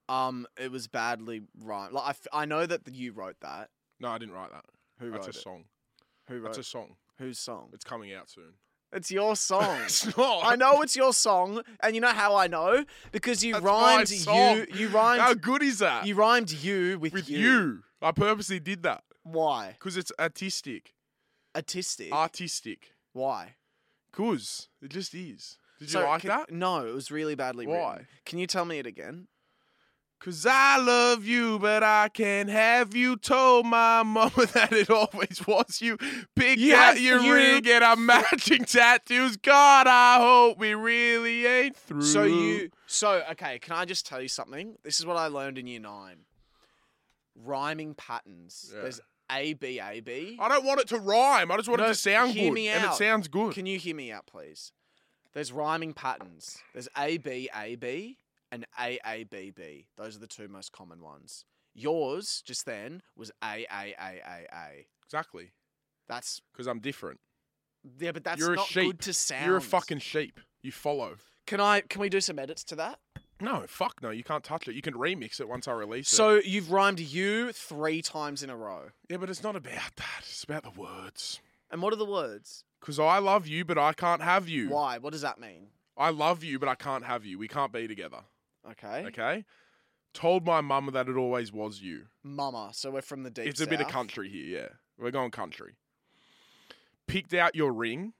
Speaker 1: Um, it was badly rhymed. Like, I, f- I know that you wrote that.
Speaker 2: No, I didn't write that.
Speaker 1: Who
Speaker 2: That's
Speaker 1: wrote
Speaker 2: a
Speaker 1: it?
Speaker 2: song.
Speaker 1: Who wrote
Speaker 2: That's a song.
Speaker 1: whose song?
Speaker 2: It's coming out soon.
Speaker 1: It's your
Speaker 2: <laughs>
Speaker 1: song.
Speaker 2: it's not.
Speaker 1: I know it's your song, and you know how I know because you
Speaker 2: That's my
Speaker 1: rhymed
Speaker 2: song.
Speaker 1: you. You
Speaker 2: How
Speaker 1: rhymed
Speaker 2: good is that?
Speaker 1: you rhymed you with,
Speaker 2: With you.
Speaker 1: you.
Speaker 2: I purposely did that
Speaker 1: Why?
Speaker 2: because it's artistic.
Speaker 1: Autistic.
Speaker 2: Artistic.
Speaker 1: Why?
Speaker 2: Cause it just is. Did you
Speaker 1: So,
Speaker 2: like
Speaker 1: can-
Speaker 2: that?
Speaker 1: No, it was really badly written.
Speaker 2: Why?
Speaker 1: Can you tell me it again?
Speaker 2: Cause I love you, but I can't have you. Told my <laughs> mama that it always was you. Pick
Speaker 1: You
Speaker 2: out
Speaker 1: have-
Speaker 2: your
Speaker 1: you-
Speaker 2: ring and I'm matching <laughs> tattoos. God, I hope we really ain't through.
Speaker 1: So you so okay, can I just tell you something? This is what I learned in year 9. Rhyming patterns.
Speaker 2: Yeah.
Speaker 1: There's A B A B.
Speaker 2: I don't want it to rhyme. I just want
Speaker 1: No,
Speaker 2: it to sound
Speaker 1: hear
Speaker 2: good,
Speaker 1: me
Speaker 2: and it
Speaker 1: out.
Speaker 2: sounds good.
Speaker 1: <laughs> Can you hear me out please? There's rhyming patterns. There's A B A B and A A B B. Those are the two most common ones. Yours just then was A A A A A.
Speaker 2: exactly.
Speaker 1: That's
Speaker 2: Because I'm different.
Speaker 1: yeah, but that's
Speaker 2: You're a
Speaker 1: not
Speaker 2: sheep.
Speaker 1: good to sound.
Speaker 2: You're a fucking sheep. You follow.
Speaker 1: Can I? Can we do some edits to that?
Speaker 2: No, fuck no. You can't touch it. You can remix it once I release it.
Speaker 1: So you've rhymed you three times in a row.
Speaker 2: Yeah, but it's not about that. It's about the words.
Speaker 1: And what are the words?
Speaker 2: Because I love you, but I can't have you.
Speaker 1: Why? What does that mean?
Speaker 2: I love you, but I can't have you. We can't be together.
Speaker 1: Okay.
Speaker 2: Okay? Told my mum that it always was you.
Speaker 1: Mama. So we're from the deep
Speaker 2: it's a bit of
Speaker 1: south.
Speaker 2: country here, yeah. We're going country. Picked out your ring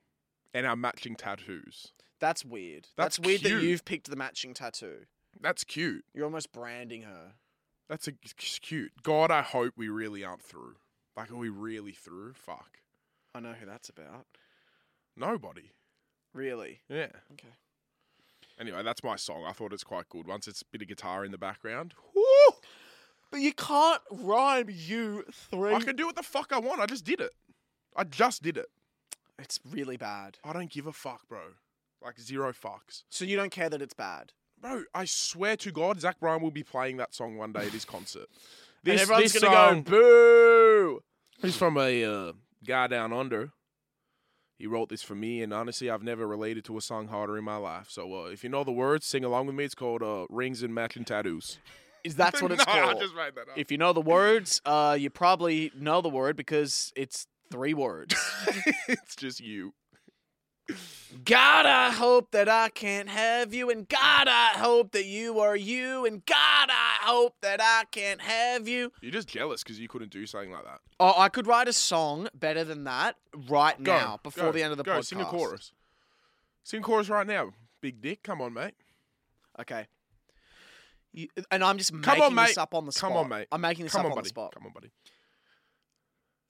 Speaker 2: and our matching tattoos.
Speaker 1: That's weird.
Speaker 2: That's
Speaker 1: That's, weird
Speaker 2: cute.
Speaker 1: that you've picked the matching tattoo.
Speaker 2: That's cute.
Speaker 1: You're almost branding her.
Speaker 2: That's a, it's cute. God, I hope we really aren't through. Like, are we really through? Fuck.
Speaker 1: I know who that's about.
Speaker 2: Nobody.
Speaker 1: Really?
Speaker 2: Yeah.
Speaker 1: Okay.
Speaker 2: Anyway, that's my song. I thought it's quite good. Once it's a bit of guitar in the background,
Speaker 1: But you can't rhyme you three.
Speaker 2: I can do what the fuck I want. I just did it. I just did it.
Speaker 1: It's really bad.
Speaker 2: I don't give a fuck, bro. Like zero fucks.
Speaker 1: So you don't care that it's bad.
Speaker 2: Bro, I swear to God, Zach Bryan will be playing that song one day at his concert.
Speaker 1: <laughs> And everyone's
Speaker 2: this
Speaker 1: gonna
Speaker 2: song,
Speaker 1: go boo.
Speaker 2: He's from a uh, guy down under. He wrote this for me, and honestly, I've never related to a song harder in my life. So uh, if you know the words, sing along with me. It's called uh, Rings and Matching Tattoos.
Speaker 1: Is
Speaker 2: <laughs>
Speaker 1: that's what it's
Speaker 2: No, I
Speaker 1: called?
Speaker 2: just made that up.
Speaker 1: If you know the words, uh, you probably know the word because it's three
Speaker 2: <laughs>
Speaker 1: words.
Speaker 2: <laughs> it's just you.
Speaker 1: God, I hope that I can't have you, and God, I hope that you are you, and God, I hope that I can't have you.
Speaker 2: You're just jealous because you couldn't do something like that.
Speaker 1: Oh, I could write a song better than that right
Speaker 2: Go,
Speaker 1: now before
Speaker 2: go,
Speaker 1: the end of the
Speaker 2: go,
Speaker 1: podcast.
Speaker 2: Sing a chorus. Sing a chorus right now. Big dick, come on, mate.
Speaker 1: Okay. You, and I'm just
Speaker 2: on,
Speaker 1: making this
Speaker 2: mate.
Speaker 1: up on the spot.
Speaker 2: Come on, mate.
Speaker 1: I'm making this
Speaker 2: Come
Speaker 1: up
Speaker 2: on,
Speaker 1: on
Speaker 2: buddy.
Speaker 1: the spot.
Speaker 2: Come on, buddy.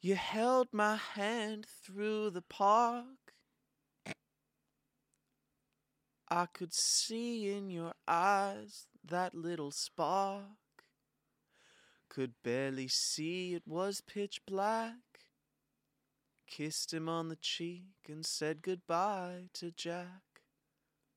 Speaker 1: You held my hand through the park. I could see in your eyes that little spark. Could barely see, it was pitch black. Kissed him on the cheek and said goodbye to Jack.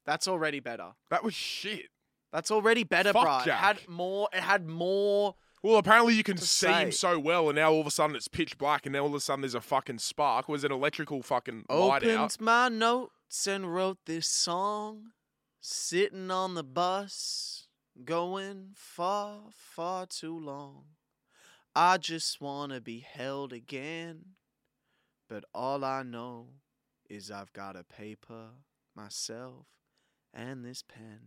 Speaker 1: That's already better.
Speaker 2: That was shit.
Speaker 1: That's already better,
Speaker 2: Fuck
Speaker 1: bruh. It
Speaker 2: Jack.
Speaker 1: had more. It had more.
Speaker 2: Well, apparently you can
Speaker 1: To
Speaker 2: see
Speaker 1: say.
Speaker 2: him so well, and now all of a sudden it's pitch black, and now all of a sudden there's a fucking spark. Was an electrical fucking light
Speaker 1: Opened
Speaker 2: out?
Speaker 1: my notes and wrote this song. Sitting on the bus, going far, far too long. I just want to be held again. But all I know is I've got a paper, myself, and this pen.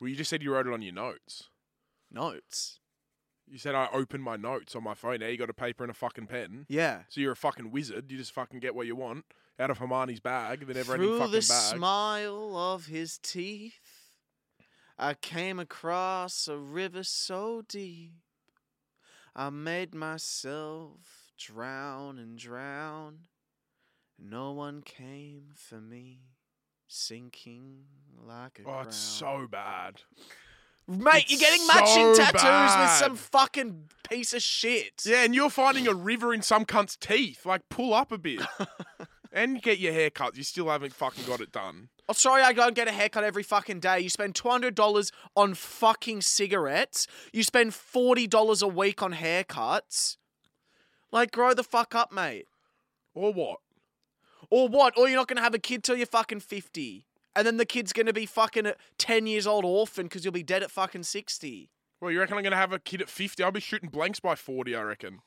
Speaker 2: Well, you just said you wrote it on your notes.
Speaker 1: Notes.
Speaker 2: You said I opened my notes on my phone. Now you got a paper and a fucking pen.
Speaker 1: Yeah.
Speaker 2: So you're a fucking wizard. You just fucking get what you want out of Hermione's bag, the never-ending
Speaker 1: Through
Speaker 2: fucking
Speaker 1: the
Speaker 2: bag.
Speaker 1: smile of his teeth, I came across a river so deep. I made myself drown and drown. No one came for me, sinking like a
Speaker 2: oh,
Speaker 1: ground.
Speaker 2: it's so bad.
Speaker 1: mate,
Speaker 2: it's
Speaker 1: you're getting
Speaker 2: so
Speaker 1: matching tattoos with
Speaker 2: bad.
Speaker 1: some fucking piece of shit.
Speaker 2: Yeah, and you're finding a river in some cunt's teeth. Like, pull up
Speaker 1: <laughs>
Speaker 2: a bit. and get your hair cut. You still haven't fucking got it done.
Speaker 1: Oh, sorry, I go and get a haircut every fucking day. You spend two hundred dollars on fucking cigarettes. You spend forty dollars a week on haircuts. Like, grow the fuck up, mate.
Speaker 2: Or what?
Speaker 1: Or what? Or you're not gonna have a kid till you're fucking fifty, and then the kid's gonna be fucking a ten years old orphan because you'll be dead at fucking sixty.
Speaker 2: Well, you reckon I'm going to have a kid at 50? I'll be shooting blanks by 40, I reckon.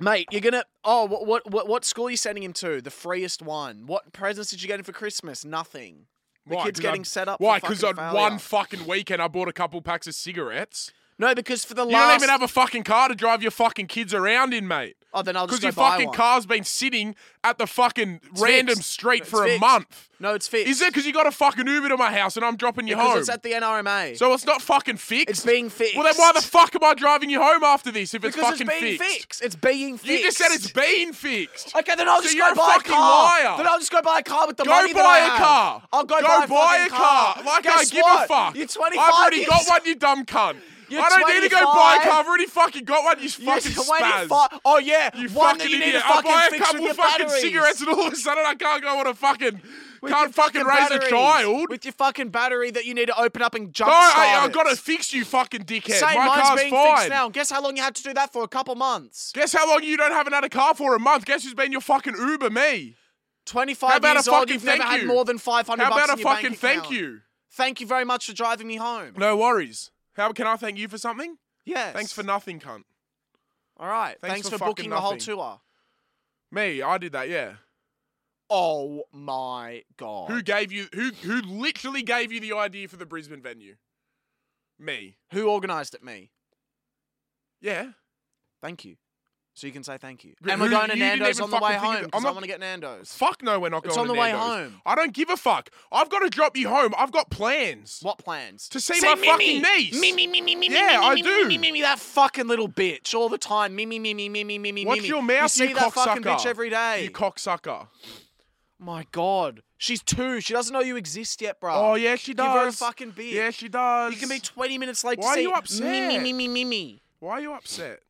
Speaker 1: Mate, you're gonna. Oh, what, what, what, what school are you sending him to? The freest one. What presents did you get him for Christmas? Nothing. The
Speaker 2: Why?
Speaker 1: kid's
Speaker 2: 'Cause I'd-
Speaker 1: getting set up.
Speaker 2: Why?
Speaker 1: Because
Speaker 2: on one fucking weekend I bought a couple packs of cigarettes.
Speaker 1: No, because for the
Speaker 2: You
Speaker 1: last.
Speaker 2: don't even have a fucking car to drive your fucking kids around in, mate.
Speaker 1: oh, then I'll just
Speaker 2: Because
Speaker 1: go
Speaker 2: your
Speaker 1: buy
Speaker 2: fucking
Speaker 1: one.
Speaker 2: car's been sitting at the fucking random
Speaker 1: fixed.
Speaker 2: street
Speaker 1: It's
Speaker 2: for a
Speaker 1: fixed.
Speaker 2: month.
Speaker 1: No, it's fixed.
Speaker 2: Is it because you got a fucking Uber to my house and I'm dropping you
Speaker 1: Because
Speaker 2: home?
Speaker 1: it's at the NRMA.
Speaker 2: so it's not fucking fixed.
Speaker 1: it's being fixed.
Speaker 2: Well, then why the fuck am I driving you home after this if it's
Speaker 1: Because
Speaker 2: fucking
Speaker 1: it's being
Speaker 2: fixed?
Speaker 1: fixed. It's being fixed.
Speaker 2: You just said it's been fixed.
Speaker 1: Okay, then I'll
Speaker 2: So
Speaker 1: just
Speaker 2: you're
Speaker 1: go
Speaker 2: a
Speaker 1: buy a
Speaker 2: fucking
Speaker 1: car.
Speaker 2: liar.
Speaker 1: Then I'll just go buy a car with the
Speaker 2: Go
Speaker 1: money that
Speaker 2: buy
Speaker 1: I
Speaker 2: a
Speaker 1: have.
Speaker 2: car.
Speaker 1: I'll go,
Speaker 2: Go
Speaker 1: buy a,
Speaker 2: buy
Speaker 1: fucking
Speaker 2: a car. Like
Speaker 1: Guess
Speaker 2: I give
Speaker 1: what?
Speaker 2: a fuck.
Speaker 1: You're 25
Speaker 2: I've already
Speaker 1: years-
Speaker 2: got one, you dumb cunt.
Speaker 1: You're
Speaker 2: I don't need to go buy a
Speaker 1: 25.
Speaker 2: car. I've already fucking got one.
Speaker 1: <laughs>
Speaker 2: You
Speaker 1: You're
Speaker 2: fucking spaz.
Speaker 1: 25. Oh yeah,
Speaker 2: You
Speaker 1: one
Speaker 2: fucking
Speaker 1: that you
Speaker 2: idiot.
Speaker 1: need to
Speaker 2: I
Speaker 1: fucking
Speaker 2: buy a
Speaker 1: fix with
Speaker 2: couple
Speaker 1: your
Speaker 2: fucking
Speaker 1: batteries.
Speaker 2: cigarettes and all of a sudden I can't go on a fucking
Speaker 1: With your
Speaker 2: can't fucking, raise
Speaker 1: batteries.
Speaker 2: a child.
Speaker 1: with your fucking battery that you need to open up and jump
Speaker 2: no, I,
Speaker 1: start
Speaker 2: I
Speaker 1: it.
Speaker 2: gotta fix you, fucking dickhead.
Speaker 1: Same,
Speaker 2: My
Speaker 1: mine's
Speaker 2: car's
Speaker 1: being
Speaker 2: fine.
Speaker 1: fixed now. Guess how long you had to do that for? A couple months.
Speaker 2: Guess how long you don't haven't had a car for a month? Guess who's been your fucking Uber? Me.
Speaker 1: 25
Speaker 2: How about a
Speaker 1: years old,
Speaker 2: fucking
Speaker 1: you've never
Speaker 2: thank
Speaker 1: had
Speaker 2: you?
Speaker 1: more than 500
Speaker 2: How
Speaker 1: bucks
Speaker 2: about a
Speaker 1: in your bank
Speaker 2: fucking
Speaker 1: account.
Speaker 2: thank you?
Speaker 1: Thank you very much for driving me home.
Speaker 2: No worries. How can I thank you for something?
Speaker 1: Yes.
Speaker 2: Thanks for nothing, cunt.
Speaker 1: All right.
Speaker 2: Thanks
Speaker 1: Thanks,
Speaker 2: for
Speaker 1: for,
Speaker 2: fucking
Speaker 1: booking the whole
Speaker 2: nothing.
Speaker 1: tour.
Speaker 2: Me, I did that. Yeah.
Speaker 1: Oh my god.
Speaker 2: Who gave you? Who who literally gave you the idea for the Brisbane venue? Me.
Speaker 1: Who organized it? Me.
Speaker 2: Yeah.
Speaker 1: Thank you. So you can say thank you.
Speaker 2: Who-
Speaker 1: And we're
Speaker 2: who-
Speaker 1: going to
Speaker 2: you didn't
Speaker 1: Nando's
Speaker 2: even
Speaker 1: on the way
Speaker 2: fucking
Speaker 1: home
Speaker 2: think of it. I'm
Speaker 1: because I
Speaker 2: not-
Speaker 1: want to get Nando's.
Speaker 2: Fuck no, we're not going.
Speaker 1: It's on
Speaker 2: to
Speaker 1: the way
Speaker 2: Nando's.
Speaker 1: home.
Speaker 2: I don't give a fuck. I've got to drop you home. I've got plans
Speaker 1: What plans?
Speaker 2: to see
Speaker 1: Say
Speaker 2: my
Speaker 1: me,
Speaker 2: fucking
Speaker 1: me.
Speaker 2: niece.
Speaker 1: Me, me, me, me, me, me,
Speaker 2: Yeah,
Speaker 1: me,
Speaker 2: I
Speaker 1: me,
Speaker 2: do.
Speaker 1: Me, me, me, me, that fucking little bitch all the time. Me, me, me, me, me, me, me, me.
Speaker 2: Watch
Speaker 1: me.
Speaker 2: your mouth,
Speaker 1: you see
Speaker 2: you
Speaker 1: that fucking
Speaker 2: cocksucker.
Speaker 1: bitch every day. Ah.
Speaker 2: You cocksucker.
Speaker 1: My God, she's two. She doesn't know you exist yet, bro.
Speaker 2: Oh yeah, she
Speaker 1: Give
Speaker 2: does.
Speaker 1: her a fucking beer.
Speaker 2: Yeah, she does.
Speaker 1: You can be 20 minutes late.
Speaker 2: Why are
Speaker 1: to see
Speaker 2: you upset?
Speaker 1: Me, me, me, me, me.
Speaker 2: Why are you upset?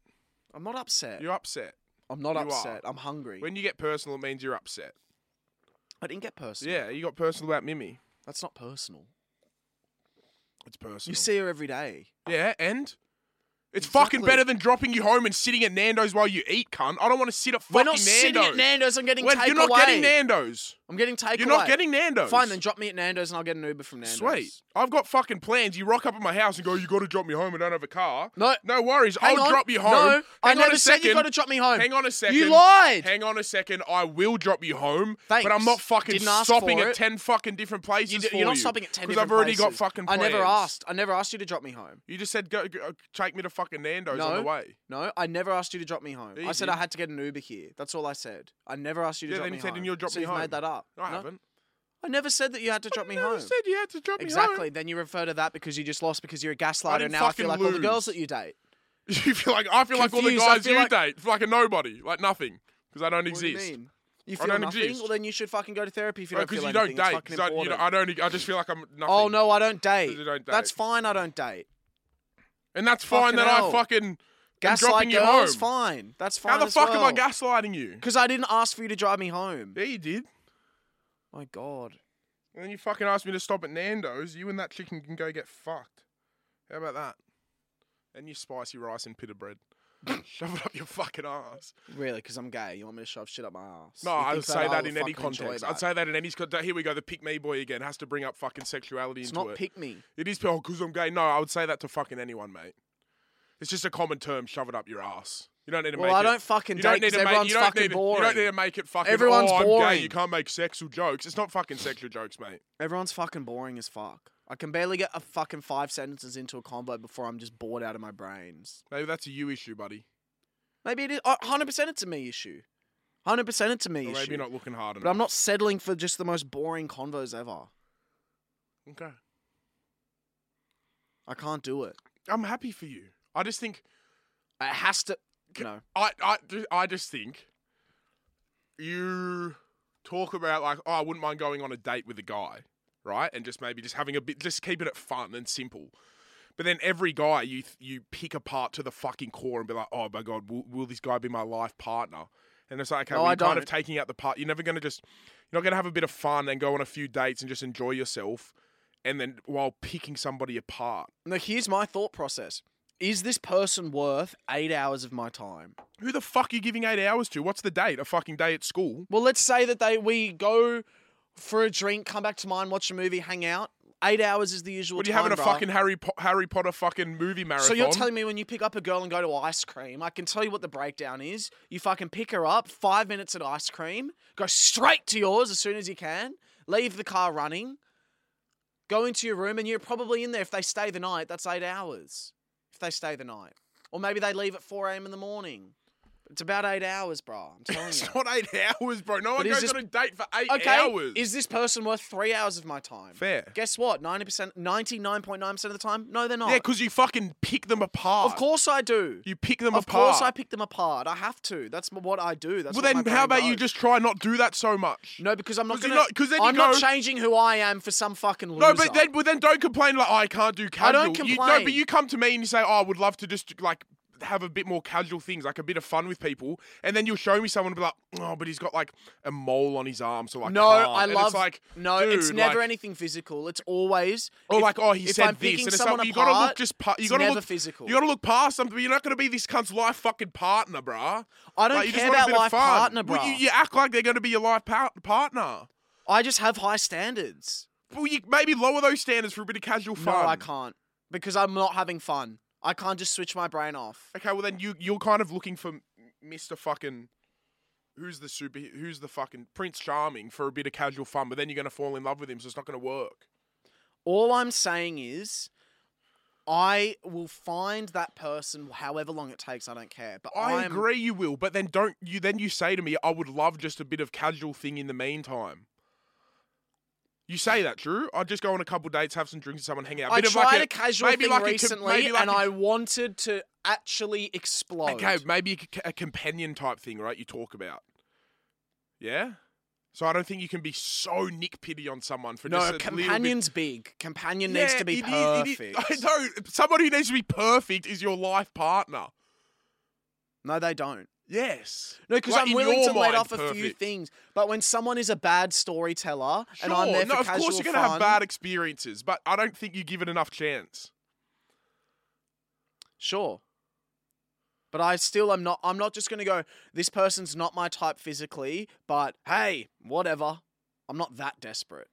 Speaker 1: I'm not upset.
Speaker 2: You're upset.
Speaker 1: I'm not
Speaker 2: you are.
Speaker 1: upset. I'm hungry.
Speaker 2: When you get personal, it means you're upset.
Speaker 1: I didn't get personal.
Speaker 2: Yeah, you got personal about Mimi.
Speaker 1: That's not personal.
Speaker 2: It's personal.
Speaker 1: You see her every day.
Speaker 2: Yeah, and it's
Speaker 1: Exactly.
Speaker 2: fucking better than dropping you home and sitting at Nando's while you eat, cunt. I don't want to sit at fucking
Speaker 1: We're not
Speaker 2: Nando's.
Speaker 1: sitting at Nando's. I'm getting
Speaker 2: When-
Speaker 1: takeaway.
Speaker 2: you're not getting Nando's.
Speaker 1: I'm getting takeaway.
Speaker 2: You're not getting Nando's.
Speaker 1: Fine, then drop me at Nando's and I'll get an Uber from Nando's.
Speaker 2: Sweet. I've got fucking plans. You rock up at my house and go, you got to drop me home. I don't have a car.
Speaker 1: No.
Speaker 2: No worries.
Speaker 1: Hang
Speaker 2: I'll
Speaker 1: on.
Speaker 2: drop you home.
Speaker 1: No,
Speaker 2: Hang
Speaker 1: I
Speaker 2: on
Speaker 1: never
Speaker 2: a
Speaker 1: said
Speaker 2: second.
Speaker 1: you got to drop me home.
Speaker 2: Hang on a second.
Speaker 1: You lied.
Speaker 2: Hang on a second. I will drop you home.
Speaker 1: Thanks.
Speaker 2: But I'm not fucking
Speaker 1: Didn't ask
Speaker 2: stopping
Speaker 1: for
Speaker 2: at
Speaker 1: it.
Speaker 2: 10 fucking different places
Speaker 1: you,
Speaker 2: for
Speaker 1: are not
Speaker 2: you,
Speaker 1: stopping at ten.
Speaker 2: Because I've
Speaker 1: different
Speaker 2: already got
Speaker 1: places.
Speaker 2: fucking
Speaker 1: I
Speaker 2: plans.
Speaker 1: never asked. I never asked you to drop me home.
Speaker 2: You just said, go, go take me to fucking Nando's on
Speaker 1: No.
Speaker 2: the way.
Speaker 1: No, I never asked you to drop me home.
Speaker 2: Yeah, you
Speaker 1: I said
Speaker 2: did.
Speaker 1: I had to get an Uber here. That's all I said. I never asked you to
Speaker 2: Yeah,
Speaker 1: drop
Speaker 2: then
Speaker 1: me
Speaker 2: you said,
Speaker 1: home.
Speaker 2: "And you'll drop
Speaker 1: so
Speaker 2: me
Speaker 1: you've
Speaker 2: home."
Speaker 1: made that up.
Speaker 2: No, I
Speaker 1: No?
Speaker 2: haven't.
Speaker 1: I never said that you had to drop me
Speaker 2: I never
Speaker 1: home.
Speaker 2: said you had to drop me home.
Speaker 1: Exactly. Then you refer to that because you just lost because you're a gaslighter.
Speaker 2: didn't
Speaker 1: And now I feel like
Speaker 2: fucking
Speaker 1: all the girls
Speaker 2: lose.
Speaker 1: that you date.
Speaker 2: <laughs> You feel like I feel like all the
Speaker 1: Confused, I
Speaker 2: guys
Speaker 1: feel
Speaker 2: you
Speaker 1: like-
Speaker 2: date feel like a nobody, like nothing, because I don't
Speaker 1: What do you
Speaker 2: exist.
Speaker 1: mean? You
Speaker 2: I
Speaker 1: feel
Speaker 2: don't
Speaker 1: nothing?
Speaker 2: exist.
Speaker 1: Well, then you should fucking go to therapy if you don't
Speaker 2: Because
Speaker 1: feel
Speaker 2: you
Speaker 1: anything.
Speaker 2: don't
Speaker 1: It's fucking
Speaker 2: date. 'cause I, you
Speaker 1: important.
Speaker 2: know, I don't. e, I just feel like I'm nothing.
Speaker 1: oh no, I don't date.
Speaker 2: You don't date.
Speaker 1: That's fine. I don't date.
Speaker 2: and that's fine.
Speaker 1: fucking
Speaker 2: That I
Speaker 1: hell.
Speaker 2: fucking am
Speaker 1: Gaslight
Speaker 2: dropping you home.
Speaker 1: girls, fine. That's fine.
Speaker 2: How the
Speaker 1: as
Speaker 2: fuck
Speaker 1: well.
Speaker 2: am I gaslighting you?
Speaker 1: Because I didn't ask for you to drive me home.
Speaker 2: Yeah, you did.
Speaker 1: My God.
Speaker 2: And then you fucking asked me to stop at Nando's. You and that chicken can go get fucked. How about that? And your spicy rice and
Speaker 1: <laughs>
Speaker 2: pita bread. Shove it up your fucking ass.
Speaker 1: Really? Because I'm gay. You want me to shove shit up my ass?
Speaker 2: No,
Speaker 1: You
Speaker 2: I
Speaker 1: think
Speaker 2: would say
Speaker 1: I
Speaker 2: that
Speaker 1: would
Speaker 2: in any
Speaker 1: fucking enjoy
Speaker 2: context.
Speaker 1: that?
Speaker 2: I'd say that in any context. Here we go. The pick me boy again has to bring up fucking sexuality
Speaker 1: it's
Speaker 2: into
Speaker 1: not
Speaker 2: it.
Speaker 1: pick me.
Speaker 2: it is oh, because I'm gay. No, I would say that to fucking anyone, mate. It's just a common term. Shove it up your ass. You don't need to
Speaker 1: Well,
Speaker 2: make
Speaker 1: I
Speaker 2: it.
Speaker 1: don't fucking
Speaker 2: you
Speaker 1: date
Speaker 2: don't need
Speaker 1: because
Speaker 2: to make.
Speaker 1: everyone's
Speaker 2: you don't
Speaker 1: fucking
Speaker 2: need to,
Speaker 1: boring.
Speaker 2: You don't need to make it fucking.
Speaker 1: Everyone's
Speaker 2: oh, I'm Gay.
Speaker 1: boring.
Speaker 2: You can't make sexual jokes. It's not fucking sexual jokes, mate.
Speaker 1: Everyone's fucking boring as fuck. I can barely get a fucking five sentences into a convo before I'm just bored out of my brains.
Speaker 2: Maybe that's a you issue, buddy.
Speaker 1: Maybe it is. uh, 100% it's a me issue. 100% it's a me
Speaker 2: Or maybe
Speaker 1: issue.
Speaker 2: you're not looking hard
Speaker 1: but I'm
Speaker 2: enough.
Speaker 1: not settling for just the most boring convos ever.
Speaker 2: Okay.
Speaker 1: I can't do it.
Speaker 2: I'm happy for you. I just think
Speaker 1: It has to.
Speaker 2: Can-
Speaker 1: No.
Speaker 2: I, I, ju- I just think you talk about like, oh, I wouldn't mind going on a date with a guy, right? And just maybe just having a bit, just keeping it fun and simple. But then every guy you th- you pick apart to the fucking core and be like, oh my god, will, will this guy be my life partner? And it's like, okay,
Speaker 1: No,
Speaker 2: well,
Speaker 1: I
Speaker 2: you're kind of
Speaker 1: don't.
Speaker 2: taking out the part. You're never gonna just, you're not gonna have a bit of fun and go on a few dates and just enjoy yourself, and then while picking somebody apart.
Speaker 1: No, here's my thought process. Is this person worth eight hours of my time?
Speaker 2: Who the fuck are you giving eight hours to? What's the date? A fucking day at school?
Speaker 1: Well, let's say that they we go for a drink, come back to mine, watch a movie, hang out. Eight hours is the usual.
Speaker 2: What are you
Speaker 1: time,
Speaker 2: having a
Speaker 1: bruh.
Speaker 2: fucking Harry po- Harry Potter fucking movie marathon?
Speaker 1: So you're
Speaker 2: <laughs>
Speaker 1: telling me when you pick up a girl and go to ice cream, I can tell you what the breakdown is. You fucking pick her up, five minutes at ice cream, go straight to yours as soon as you can, leave the car running, go into your room, and you're probably in there. If they stay the night, that's eight hours. If they stay the night, or maybe they leave at four a.m. in the morning. It's about eight hours, bro. I'm
Speaker 2: <laughs>
Speaker 1: telling you.
Speaker 2: it's not eight hours, bro. No one
Speaker 1: But is
Speaker 2: goes
Speaker 1: this-
Speaker 2: on a date for eight
Speaker 1: Okay,
Speaker 2: hours.
Speaker 1: is this person worth three hours of my time?
Speaker 2: fair?
Speaker 1: Guess what? Ninety percent, ninety-nine point nine percent of the time, no, they're not.
Speaker 2: Yeah, because you fucking pick them apart.
Speaker 1: of course I do.
Speaker 2: you pick them
Speaker 1: Of
Speaker 2: apart.
Speaker 1: course, I pick them apart. I have to. That's m- what I do. That's
Speaker 2: well,
Speaker 1: what
Speaker 2: then
Speaker 1: my
Speaker 2: how
Speaker 1: brain
Speaker 2: about you
Speaker 1: does.
Speaker 2: just try not do that so much?
Speaker 1: no? Because I'm not
Speaker 2: 'Cause you're
Speaker 1: gonna.
Speaker 2: not- 'cause then you
Speaker 1: I'm not
Speaker 2: go-
Speaker 1: changing who I am for some fucking loser.
Speaker 2: No, but then, well, then don't complain like "Oh, I can't do casual.
Speaker 1: I don't
Speaker 2: You, no,
Speaker 1: complain.
Speaker 2: but you come to me and you say, "Oh, I would love to just like have a bit more casual things, like a bit of fun with people," and then you'll show me someone and be like, "Oh, but he's got like a mole on his arm, so like
Speaker 1: no,
Speaker 2: can't."
Speaker 1: I
Speaker 2: And
Speaker 1: love.
Speaker 2: it's like
Speaker 1: no,
Speaker 2: dude,
Speaker 1: it's never
Speaker 2: like,
Speaker 1: anything physical. It's always.
Speaker 2: Or
Speaker 1: if-
Speaker 2: like, oh, he
Speaker 1: if
Speaker 2: said
Speaker 1: I'm
Speaker 2: this,
Speaker 1: picking
Speaker 2: and it's
Speaker 1: someone
Speaker 2: like, you gotta look
Speaker 1: apart,
Speaker 2: just. Pa- you
Speaker 1: it's
Speaker 2: gotta
Speaker 1: never
Speaker 2: look
Speaker 1: physical.
Speaker 2: You gotta look past something. You're not gonna be this cunt's life fucking partner, bruh.
Speaker 1: I don't
Speaker 2: Like, you just
Speaker 1: care
Speaker 2: want a
Speaker 1: about
Speaker 2: bit of
Speaker 1: life
Speaker 2: fun.
Speaker 1: partner,
Speaker 2: Well,
Speaker 1: bro.
Speaker 2: you, you act like they're gonna be your life par- partner.
Speaker 1: I just have high standards.
Speaker 2: Well, you maybe lower those standards for a bit of casual fun.
Speaker 1: No, I can't because I'm not having fun. I can't just switch my brain off.
Speaker 2: Okay, well then you you're kind of looking for Mister Fucking, who's the super, who's the fucking Prince Charming for a bit of casual fun, but then you're gonna fall in love with him, so it's not gonna work.
Speaker 1: All I'm saying is, I will find that person, however long it takes. I don't care. But
Speaker 2: I
Speaker 1: I'm-
Speaker 2: agree, you will, but then don't you then you say to me, I would love just a bit of casual thing in the meantime. You say that, Drew? I'd just go on a couple dates, have some drinks with someone, hang out.
Speaker 1: I
Speaker 2: bit of
Speaker 1: tried
Speaker 2: like
Speaker 1: a casual
Speaker 2: maybe
Speaker 1: thing
Speaker 2: like a com-
Speaker 1: recently,
Speaker 2: maybe like
Speaker 1: and
Speaker 2: a-
Speaker 1: I wanted to actually explode.
Speaker 2: Okay, maybe a c- a companion type thing, right? You talk about. Yeah? So I don't think you can be so nitpitty on someone for just
Speaker 1: No,
Speaker 2: a
Speaker 1: companion's big. Companion
Speaker 2: little bit.
Speaker 1: needs
Speaker 2: Yeah,
Speaker 1: to be
Speaker 2: it is-
Speaker 1: perfect.
Speaker 2: it is- <laughs> I know. Somebody who needs to be perfect is your life partner.
Speaker 1: no, they don't.
Speaker 2: Yes.
Speaker 1: No, because
Speaker 2: Like,
Speaker 1: I'm
Speaker 2: in
Speaker 1: willing
Speaker 2: your
Speaker 1: to let
Speaker 2: mind,
Speaker 1: off a few
Speaker 2: perfect.
Speaker 1: things. But when someone is a bad storyteller
Speaker 2: Sure.
Speaker 1: and I'm there
Speaker 2: no,
Speaker 1: for
Speaker 2: of
Speaker 1: casual
Speaker 2: course you're gonna
Speaker 1: fun,
Speaker 2: have bad experiences, but I don't think you give it enough chance.
Speaker 1: sure. But I still am not. I'm not just gonna go. This person's not my type physically, but hey, whatever. I'm not that desperate.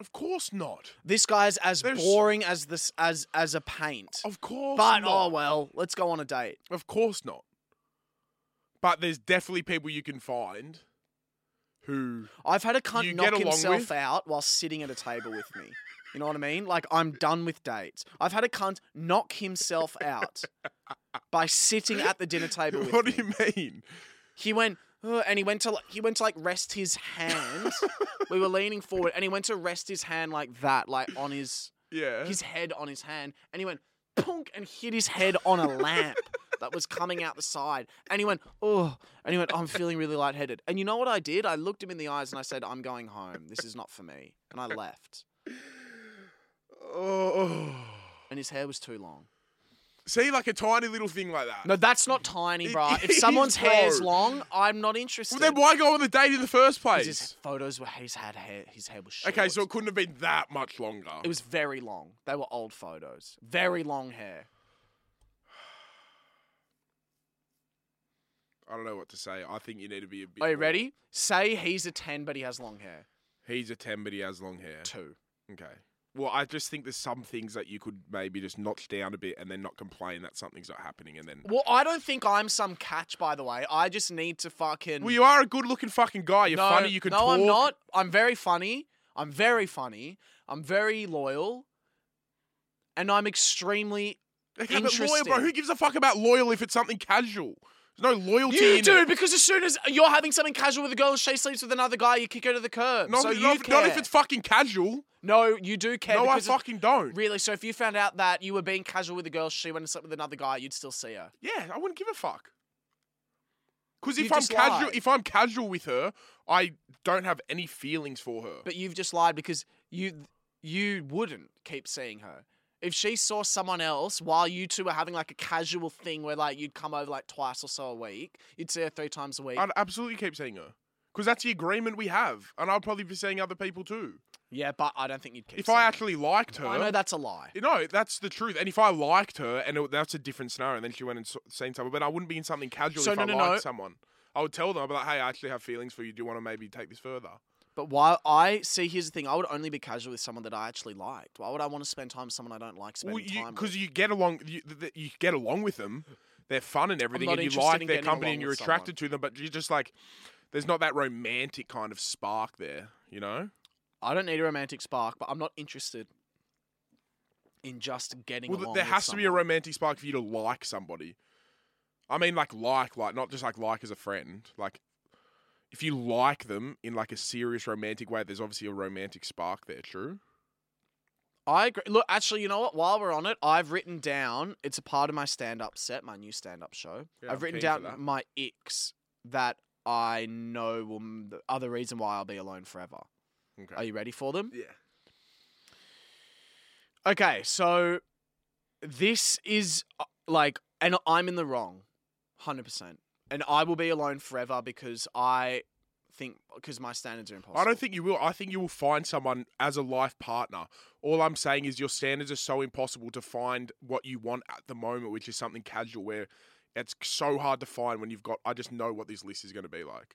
Speaker 2: Of course not.
Speaker 1: This guy's as
Speaker 2: There's-
Speaker 1: boring as this as as a paint.
Speaker 2: Of course
Speaker 1: But
Speaker 2: not.
Speaker 1: oh well, let's go on a date.
Speaker 2: Of course not. But there's definitely people you can find who
Speaker 1: I've had a cunt
Speaker 2: You get
Speaker 1: knock
Speaker 2: along
Speaker 1: himself
Speaker 2: with-
Speaker 1: out while sitting at a table with me. You know what I mean? Like I'm done with dates. I've had a cunt knock himself out by sitting at the dinner table with
Speaker 2: <laughs> What
Speaker 1: me.
Speaker 2: do you mean?
Speaker 1: He went "Ugh," and he went to like, he went to like rest his
Speaker 2: <laughs>
Speaker 1: hand. we were leaning forward and he went to rest his hand like that, like on his
Speaker 2: Yeah.
Speaker 1: his head on his hand, and he went punk and hit his head on a lamp
Speaker 2: <laughs>
Speaker 1: that was coming out the side. And he went, oh, and he went, I'm feeling really lightheaded. And you know what I did? I looked him in the eyes and I said, I'm going home. This is not for me.
Speaker 2: <laughs>
Speaker 1: And I left.
Speaker 2: oh.
Speaker 1: And his hair was too long.
Speaker 2: <sighs> See, like a tiny little thing like that.
Speaker 1: No, that's not tiny,
Speaker 2: It <laughs>
Speaker 1: bruh. If
Speaker 2: is,
Speaker 1: someone's hair's
Speaker 2: bro.
Speaker 1: long, I'm not interested.
Speaker 2: well, then why go on the date in the first
Speaker 1: 'Cause His
Speaker 2: place?
Speaker 1: photos were he's had hair. His hair was short.
Speaker 2: Okay, so it couldn't have been that much longer.
Speaker 1: it was very long. They were old photos. Very long hair.
Speaker 2: I don't know what to say. I think you need to be a bit.
Speaker 1: Are you
Speaker 2: more-
Speaker 1: ready? Say he's a ten, but he has long hair.
Speaker 2: He's a ten, but he has long hair.
Speaker 1: Two.
Speaker 2: Okay. Well, I just think there's some things that you could maybe just notch down a bit and then not complain that something's not happening and then.
Speaker 1: Well, I don't think I'm some catch, by the way. I just need to fucking.
Speaker 2: Well, you are a good-looking fucking guy. You're
Speaker 1: Mm. no,
Speaker 2: funny. You can
Speaker 1: no,
Speaker 2: talk.
Speaker 1: I'm not. I'm very funny. I'm very funny. I'm very loyal. And I'm extremely.
Speaker 2: <laughs> Okay, but loyal, bro.
Speaker 1: Interesting.
Speaker 2: Who gives a fuck about loyal if it's something casual? There's no loyalty
Speaker 1: You
Speaker 2: in
Speaker 1: do,
Speaker 2: it.
Speaker 1: because as soon as you're having something casual with a girl and she sleeps with another guy, you kick her to the curb.
Speaker 2: Not,
Speaker 1: so
Speaker 2: not
Speaker 1: you
Speaker 2: if-
Speaker 1: care.
Speaker 2: not if it's fucking casual.
Speaker 1: No, you do care.
Speaker 2: no, I
Speaker 1: because of-
Speaker 2: fucking don't.
Speaker 1: Really? So if you found out that you were being casual with a girl, she went and slept with another guy, you'd still see her.
Speaker 2: Yeah, I wouldn't give a fuck. Because
Speaker 1: You
Speaker 2: if I'm
Speaker 1: just
Speaker 2: casual,
Speaker 1: lied.
Speaker 2: if I'm casual with her, I don't have any feelings for her.
Speaker 1: But you've just lied because you you wouldn't keep seeing her. If she saw someone else while you two were having like a casual thing where like you'd come over like twice or so a week, you'd see her three times a week.
Speaker 2: I'd absolutely keep seeing her because that's the agreement we have, and I'll probably be seeing other people too.
Speaker 1: yeah, but I don't think you'd keep.
Speaker 2: If I
Speaker 1: seeing
Speaker 2: actually liked
Speaker 1: her.
Speaker 2: her,
Speaker 1: I know that's a lie.
Speaker 2: You know, that's the truth. And if I liked her, and it, that's a different scenario, and then she went and s- seen someone, but I wouldn't be in something casual
Speaker 1: So
Speaker 2: if
Speaker 1: no,
Speaker 2: I
Speaker 1: no,
Speaker 2: liked
Speaker 1: no.
Speaker 2: someone. I would tell them, I'd be like, hey, I actually have feelings for you. Do you want to maybe take this further?
Speaker 1: But why? I see. Here's the thing: I would only be casual with someone that I actually liked. Why would I want to spend time with someone I don't like spending
Speaker 2: Well, you
Speaker 1: time with?
Speaker 2: because you get along, you, th- th- you get along with them. They're fun and everything,
Speaker 1: not
Speaker 2: and you
Speaker 1: interested
Speaker 2: like
Speaker 1: in
Speaker 2: their
Speaker 1: getting
Speaker 2: company,
Speaker 1: along
Speaker 2: and you're
Speaker 1: with
Speaker 2: attracted to them. But you're just like, there's not that romantic kind of spark there, you know.
Speaker 1: I don't need a romantic spark, but I'm not interested in just getting
Speaker 2: Well, th-
Speaker 1: along.
Speaker 2: there
Speaker 1: with
Speaker 2: has to be a
Speaker 1: someone.
Speaker 2: romantic spark for you to like somebody. I mean, like like like, not just like like as a friend. Like, if you like them in like a serious romantic way, there's obviously a romantic spark there. True.
Speaker 1: I agree. Look, actually, you know what? While we're on it, I've written down. It's a part of my stand-up set, my new stand-up show.
Speaker 2: Yeah,
Speaker 1: I've
Speaker 2: I'm
Speaker 1: written
Speaker 2: keen for
Speaker 1: down
Speaker 2: that.
Speaker 1: my icks that I know will m- the other reason why I'll be alone forever.
Speaker 2: Okay.
Speaker 1: Are you ready for them?
Speaker 2: yeah.
Speaker 1: Okay, so this is uh, like, and I'm in the wrong, hundred percent, and I will be alone forever because I think because my standards are impossible.
Speaker 2: I don't think you will. I think you will find someone as a life partner. All I'm saying is your standards are so impossible to find what you want at the moment, which is something casual where it's so hard to find when you've got I just know what this list is going to be like.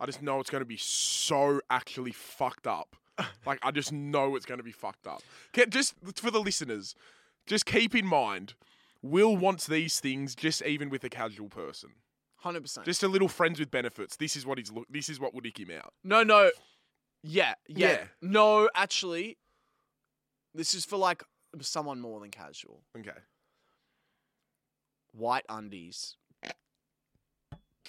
Speaker 2: I just know it's going to be so actually fucked up. Like I just know it's going to be fucked up. Ca- Just for the listeners, just keep in mind, Will wants these things just even with a casual person.
Speaker 1: Hundred percent.
Speaker 2: Just a little friends with benefits. This is what he's look. This is what would ick him out.
Speaker 1: No, no. Yeah, yeah,
Speaker 2: Yeah.
Speaker 1: No, actually, this is for like someone more than casual.
Speaker 2: Okay.
Speaker 1: White undies.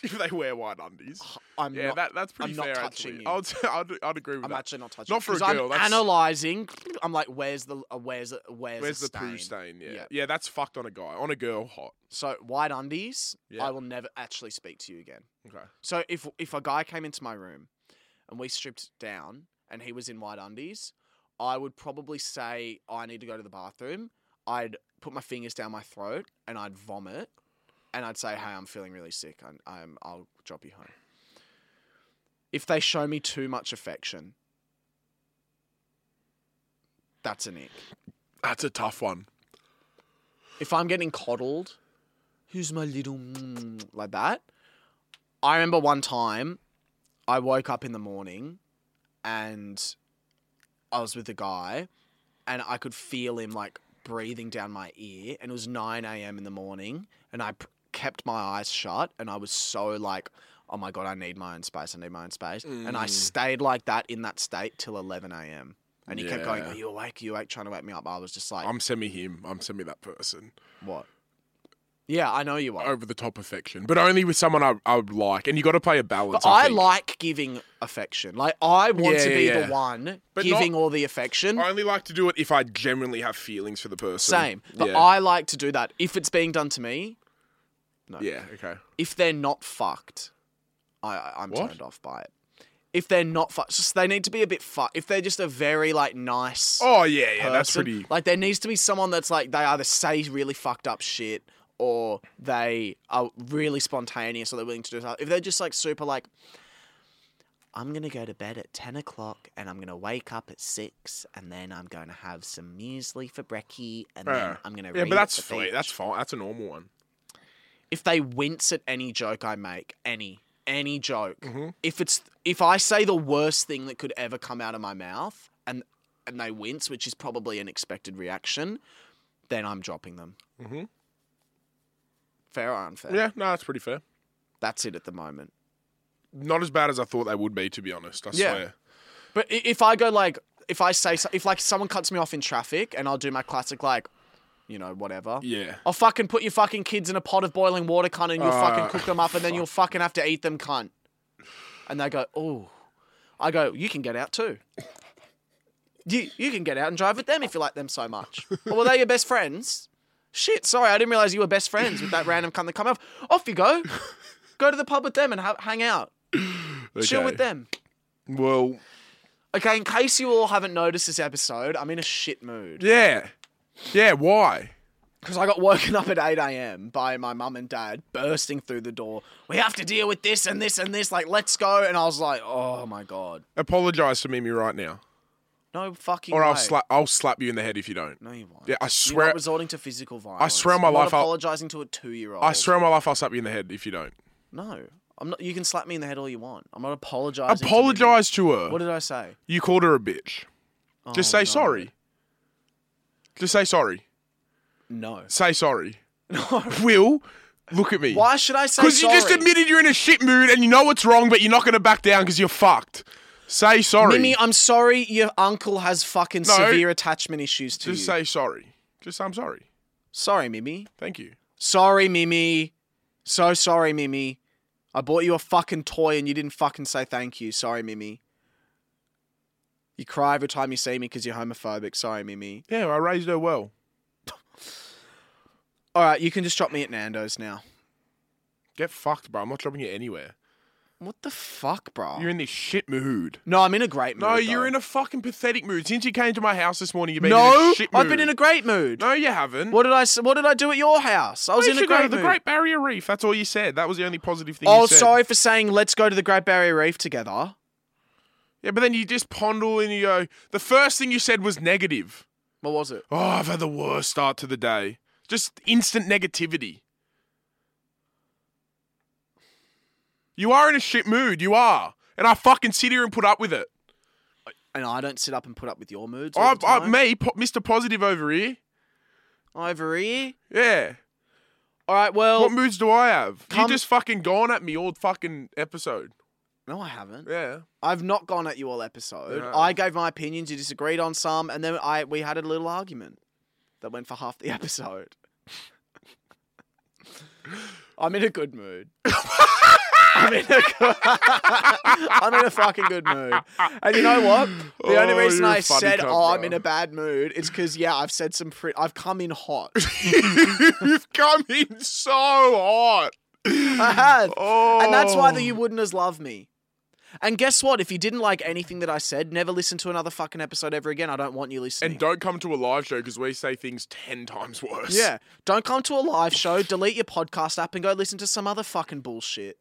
Speaker 2: If <laughs> they wear white undies.
Speaker 1: I'm
Speaker 2: Yeah,
Speaker 1: not.
Speaker 2: that, that's pretty
Speaker 1: I'm not
Speaker 2: fair.
Speaker 1: touching
Speaker 2: actually,
Speaker 1: you.
Speaker 2: I'd, I'd <laughs> I'd agree with
Speaker 1: I'm
Speaker 2: that.
Speaker 1: actually not touching.
Speaker 2: Not for a
Speaker 1: 'cause
Speaker 2: girl,
Speaker 1: I'm
Speaker 2: that's-
Speaker 1: analyzing. I'm like, where's the uh, where's the- where's,
Speaker 2: Where's
Speaker 1: the,
Speaker 2: the poo
Speaker 1: stain?
Speaker 2: stain? Yeah. yeah,
Speaker 1: Yeah.
Speaker 2: that's fucked on a guy. On a girl, hot.
Speaker 1: So white undies.
Speaker 2: Yeah.
Speaker 1: I will never actually speak to you again.
Speaker 2: Okay.
Speaker 1: So if if a guy came into my room and we stripped down and he was in white undies, I would probably say I need to go to the bathroom. I'd put my fingers down my throat and I'd vomit and I'd say, "Hey, I'm feeling really sick. I'm, I'm I'll drop you home." If they show me too much affection, that's an ick.
Speaker 2: That's a tough one.
Speaker 1: If I'm getting coddled, who's my little mm, like that? I remember one time I woke up in the morning and I was with a guy and I could feel him like breathing down my ear and it was 9 a.m. in the morning and I p- kept my eyes shut and I was so like oh my god I need my own space I need my own space and I
Speaker 2: Mm.
Speaker 1: stayed like that in that state till 11 a.m. and he kept going
Speaker 2: Yeah.
Speaker 1: are you awake are you awake trying to wake me up I was just like
Speaker 2: I'm semi him. I'm semi that person.
Speaker 1: what? Yeah, I know you are.
Speaker 2: Over the top affection, but only with someone I, I would like. And you got to play a balance.
Speaker 1: But I
Speaker 2: think.
Speaker 1: like giving affection. Like I want
Speaker 2: Yeah,
Speaker 1: to
Speaker 2: yeah,
Speaker 1: be
Speaker 2: yeah.
Speaker 1: the one
Speaker 2: But
Speaker 1: giving all the affection.
Speaker 2: I only like to do it if I genuinely have feelings for the person.
Speaker 1: Same. But
Speaker 2: yeah.
Speaker 1: I like to do that. If it's being done to me,
Speaker 2: Yeah. Okay.
Speaker 1: if they're not fucked, I, I I'm
Speaker 2: What?
Speaker 1: turned off by it. If they're not fucked, just they need to be a bit fucked. If they're just a very like nice
Speaker 2: Oh yeah, yeah. That's
Speaker 1: person,
Speaker 2: pretty.
Speaker 1: Like there needs to be someone that's like they either say really fucked up shit or they are really spontaneous or they're willing to do something. If they're just like super like, I'm gonna go to bed at ten o'clock and I'm gonna wake up at six and then I'm gonna have some muesli for brekkie and
Speaker 2: Yeah.
Speaker 1: then I'm gonna
Speaker 2: Uh, Yeah,
Speaker 1: read
Speaker 2: but
Speaker 1: at
Speaker 2: that's
Speaker 1: the
Speaker 2: fine.
Speaker 1: beach."
Speaker 2: That's fine. That's a normal one.
Speaker 1: if they wince at any joke I make, any any joke,
Speaker 2: Mhm.
Speaker 1: if it's if I say the worst thing that could ever come out of my mouth and and they wince, which is probably an expected reaction, then I'm dropping them.
Speaker 2: Mhm.
Speaker 1: Fair or unfair?
Speaker 2: Yeah. No, that's pretty fair.
Speaker 1: That's it at the moment.
Speaker 2: Not as bad as I thought they would be, to be honest. I
Speaker 1: Yeah.
Speaker 2: swear.
Speaker 1: But i- if I go like if I say so- if like someone cuts me off in traffic and I'll do my classic like, you know, whatever.
Speaker 2: Yeah.
Speaker 1: I'll fucking put your fucking kids in a pot of boiling water, cunt, and you'll
Speaker 2: Ah,
Speaker 1: fucking cook them up, and then you'll fucking have to eat them, cunt. And they go, oh. I go, you can get out too. You, you can get out and drive with them if you like them so much. "Oh, well, they're your best friends. Shit, sorry, I didn't realize you were best friends with that random cunt that come up. Off you go. Go to the pub with them and ha- hang out. Chill with
Speaker 2: Okay.
Speaker 1: them.
Speaker 2: Well.
Speaker 1: Okay, in case you all haven't noticed this episode, I'm in a shit mood.
Speaker 2: Yeah. Yeah. Why?
Speaker 1: Because I got woken up at 8 a.m. by my mum and dad bursting through the door. We have to deal with this and this and this. Like, let's go. And I was like, oh my God.
Speaker 2: Apologize to Mimi right now,
Speaker 1: No fucking
Speaker 2: or
Speaker 1: way.
Speaker 2: I'll slap. I'll slap you in the head if you don't.
Speaker 1: No, you won't.
Speaker 2: Yeah, I
Speaker 1: You're
Speaker 2: swear.
Speaker 1: not resorting to physical violence.
Speaker 2: swear on my
Speaker 1: You're not
Speaker 2: life I'll-
Speaker 1: apologizing to a two year old.
Speaker 2: I swear on my life, I'll slap you in the head if you don't.
Speaker 1: No. I'm not, you can slap me in the head all you want. I'm not apologizing. to you.
Speaker 2: Apologize to her.
Speaker 1: What did I say?
Speaker 2: You called her a bitch. Just
Speaker 1: Oh,
Speaker 2: say
Speaker 1: no.
Speaker 2: sorry. Just say sorry.
Speaker 1: No.
Speaker 2: Say sorry.
Speaker 1: <laughs>
Speaker 2: Will, look at me.
Speaker 1: Why should I say
Speaker 2: Because you
Speaker 1: sorry?
Speaker 2: just admitted you're in a shit mood and you know what's wrong, but you're not going to back down because you're fucked. Say sorry.
Speaker 1: Mimi, I'm sorry your uncle has fucking
Speaker 2: No.
Speaker 1: severe attachment issues to
Speaker 2: just
Speaker 1: you.
Speaker 2: say sorry. Just say I'm sorry.
Speaker 1: sorry, Mimi.
Speaker 2: Thank you.
Speaker 1: Sorry, Mimi. So sorry, Mimi. I bought you a fucking toy and you didn't fucking say thank you. Sorry, Mimi. You cry every time you see me because you're homophobic. Sorry, Mimi.
Speaker 2: Yeah, I raised her well.
Speaker 1: All right, you can just drop me at Nando's now.
Speaker 2: Get fucked, bro. I'm not dropping you anywhere.
Speaker 1: What the fuck, bro?
Speaker 2: You're in this shit mood.
Speaker 1: no, I'm in a great mood.
Speaker 2: No, you're
Speaker 1: though.
Speaker 2: in a fucking pathetic mood. Since you came to my house this morning, you've been in
Speaker 1: No,
Speaker 2: a shit mood.
Speaker 1: I've been in a great mood.
Speaker 2: No, you haven't.
Speaker 1: What did I? s- What did I do at your house? I was
Speaker 2: You
Speaker 1: in a
Speaker 2: should go
Speaker 1: great
Speaker 2: to the
Speaker 1: mood.
Speaker 2: Great Barrier Reef. That's all you said. That was the only positive thing
Speaker 1: oh,
Speaker 2: you said.
Speaker 1: sorry for saying let's go to the Great Barrier Reef together.
Speaker 2: Yeah, but then you just pondle and you go, the first thing you said was negative.
Speaker 1: What was it?
Speaker 2: Oh, I've had the worst start to the day. Just instant negativity. You are in a shit mood. You are. And I fucking sit here and put up with it.
Speaker 1: and I don't sit up and put up with your moods. All
Speaker 2: I,
Speaker 1: the
Speaker 2: I,
Speaker 1: time.
Speaker 2: me, po- Mr. Positive over here.
Speaker 1: Ivory.
Speaker 2: Yeah.
Speaker 1: All right. Well,
Speaker 2: what moods do I have? You
Speaker 1: come-
Speaker 2: just fucking gone at me all fucking episode.
Speaker 1: no, I haven't.
Speaker 2: Yeah.
Speaker 1: I've not gone at you all episode.
Speaker 2: Yeah.
Speaker 1: I gave my opinions. You disagreed on some, and then I we had a little argument that went for half the <laughs> episode. I'm in a good mood. I'm in a good, <laughs> I'm in a fucking good mood. And you know what? The only
Speaker 2: Oh,
Speaker 1: reason
Speaker 2: you're a
Speaker 1: I
Speaker 2: funny
Speaker 1: said
Speaker 2: cunt,
Speaker 1: oh, I'm
Speaker 2: bro.
Speaker 1: in a bad mood is because yeah, I've said some. Pre- I've come in hot.
Speaker 2: <laughs>
Speaker 1: <laughs>
Speaker 2: You've come in so hot.
Speaker 1: I have.
Speaker 2: Oh.
Speaker 1: And that's why the you wouldn't as love me. And guess what? If you didn't like anything that I said, never listen to another fucking episode ever again. I don't want you listening.
Speaker 2: And don't come to a live show because we say things 10 times worse.
Speaker 1: yeah, don't come to a live show. Delete your podcast app and go listen to some other fucking bullshit.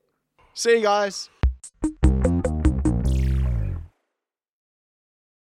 Speaker 1: See you guys.